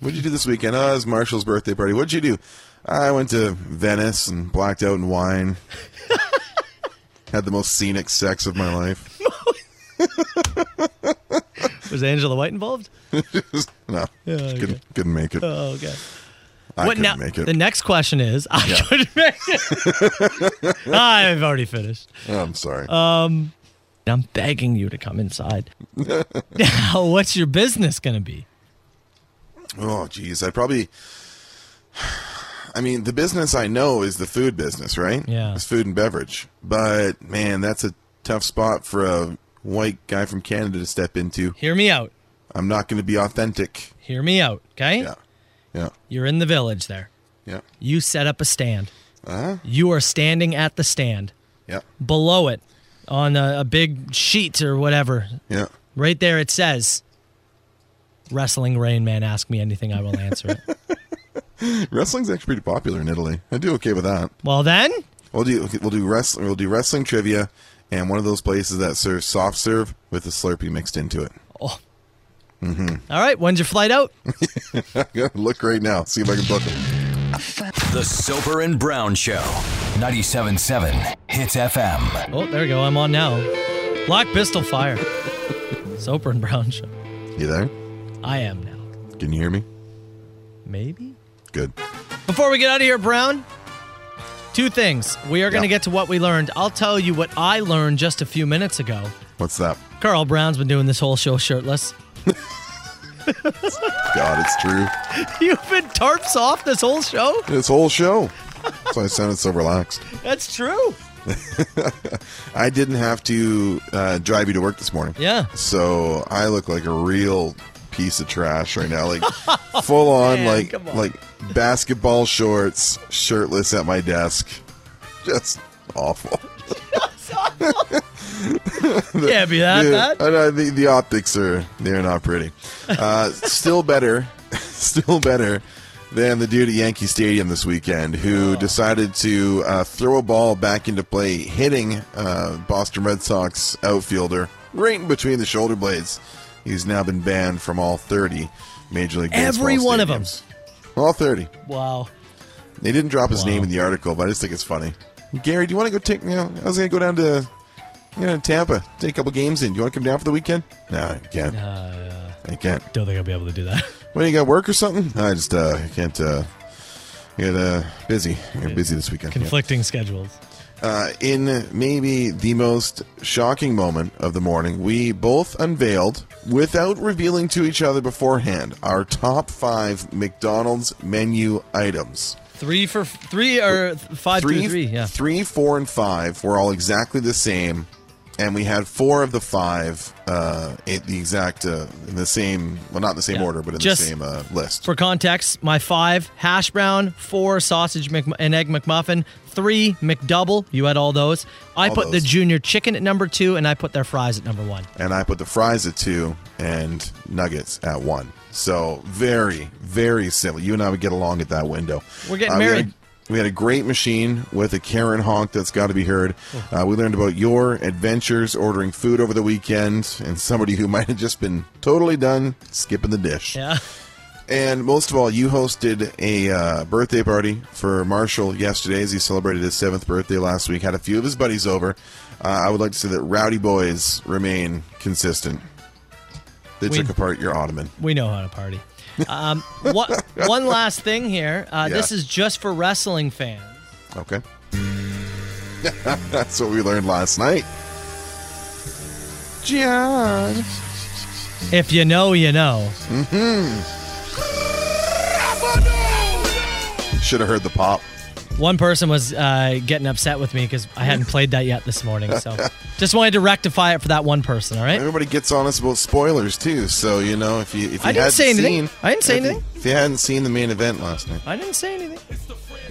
What'd you do this weekend? Oh, it was Marshall's birthday party. What'd you do? I went to Venice and blacked out in
<laughs>
wine. Had the most scenic sex of my life.
Was Angela White involved? <laughs>
no,
Yeah, Oh, okay.
couldn't, couldn't make it.
Oh, okay.
I
What
couldn't
now-
make it.
The next question is, I
Yeah.
couldn't make it. <laughs> I've already finished.
Oh, I'm sorry.
Um, I'm begging you to come
<laughs>
inside. now, what's your business going to be?
Oh, geez. I'd probably. I mean, the business I know is the food business, right?
Yeah.
It's food and beverage. But, man, that's a tough spot for a white guy from Canada to step into.
Hear me out.
I'm not going to be authentic.
Hear me out, okay?
Yeah. Yeah.
You're in the village there.
Yeah.
You set up a stand. You are standing at the stand.
Yep.
Below it, on a, a big sheet or whatever,
Yeah.
right there it says, "Wrestling Rain Man, ask me anything, I will answer it."
Wrestling's actually pretty popular in Italy. I do okay with that.
Well, then
we'll do okay, we'll do wrestling we'll do wrestling trivia, and one of those places that serves soft serve with a Slurpee mixed into it. <laughs>
Oh.
Mm-hmm.
All right, when's your flight out?
I'm gonna look right now. See if I can book it.
The Soper and Brown Show, 97.7 Hits FM.
Oh, there we go. I'm on now. Lock, pistol, fire. Soper and Brown show.
You there?
I am now.
Can you hear me?
Maybe.
Good.
Before we get out of here, Brown, two things. We are going to get to what we learned. I'll tell you what I learned just a few minutes ago.
What's that?
Carl Brown's been doing this whole show shirtless. <laughs>
God, it's true.
You've been tarps off this whole show?
This whole show. That's why I sounded so relaxed.
That's true.
I didn't have to uh, drive you to work this morning.
Yeah.
So I look like a real piece of trash right now, like full on,
<laughs> Man,
like
come on.
like basketball shorts, shirtless at my desk, just awful.
Can't be that
Dude,
bad.
I know, Oh, the, the optics are they're not pretty.
<laughs>
Uh, still better, <laughs> still better than the dude at Yankee Stadium this weekend
Oh.
who decided to uh, throw a ball back into play, hitting uh, Boston Red Sox outfielder right in between the shoulder blades. He's now been banned from all 30 Major League Baseball
Every one of them.
stadiums. All 30.
Wow.
They didn't drop his name in the article, but I just think it's funny. Gary, do you want to go take? You know, I was gonna go down to, you know, Tampa, take a couple games in. Do you want to come down for the weekend? No, I can't. I can't.
Don't think I'll be able to do that. <laughs>
What do you got work or something? I just uh, I can't. Uh, get uh, busy. I'm busy this weekend. Yeah.
Conflicting schedules.
Uh, in maybe the most shocking moment of the morning, we both unveiled, without revealing to each other beforehand, our top five McDonald's menu items.
Three for three or five
three,
through Uh, three. Yeah.
three, four, and five were all exactly the same, and we had four of the five uh, in the exact uh, in the same well, not in the same
Yeah.
order, but in
Just-
the same uh, list.
For context, my five hash brown, four sausage Mc, and egg McMuffin, three McDouble. You had all those. I
All
put the
those.
junior chicken at number two, and I put their fries at number one.
And I put the fries at two and nuggets at one. So very, very similar. You and I would get along at that window. Uh,
We're getting
we had a-
married.
We had a great machine with a Karen honk that's got to be heard.
Oh.
Uh, we learned about your adventures ordering food over the weekend and somebody who <laughs> might have just been totally done skipping the dish.
Yeah.
And most of all, you hosted a uh, birthday party for Marshall yesterday as he celebrated his seventh birthday last week. Had a few of his buddies over. Uh, I would like to say that Rowdy Boys remain consistent. They
We-
took apart your ottoman.
We know how
<laughs>
to party. Um, what, one last thing here. Uh,
Yeah.
This is just for wrestling fans.
Okay. <laughs> That's what we learned last night. John.
If you know, you know.
Should have heard the pop.
One person was uh, getting upset with me because I hadn't played that yet this morning. So just wanted to rectify it for that one person. All right.
Everybody gets on us about spoilers too, so you know if you if you
I didn't
hadn't
say anything.
seen,
I didn't say
if you-
anything.
if you hadn't seen the main event last night,
I didn't say anything. I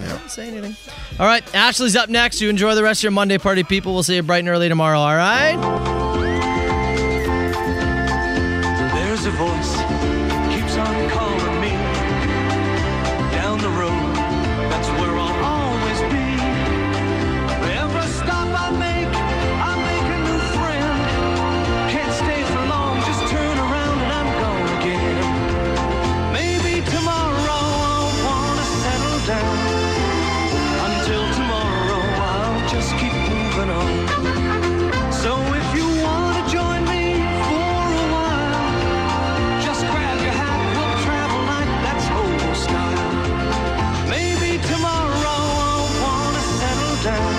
Yeah.
didn't say anything. All right. Ashley's up next. You enjoy the rest of your Monday party, people. We'll see you bright and early tomorrow. All right.
There's a voice keeps on calling me down the road. That's where I'll always be. Every stop I make, I make a new friend. Can't stay for long, just turn around and I'm gone again. Maybe tomorrow I'll wanna settle down. Until tomorrow I'll just keep moving on. So if you wanna join me for a while. Just grab your hat, we'll travel like that's old style. Maybe tomorrow I'll wanna settle down.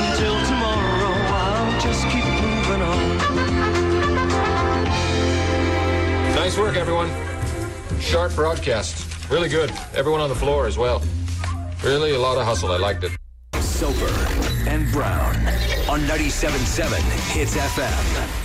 Until tomorrow I'll just keep moving on.
Nice work, everyone. Sharp broadcast. Really good. Everyone on the floor as well. Really a lot of hustle. I liked it.
Soper and Brown on 97.7 Hits FM.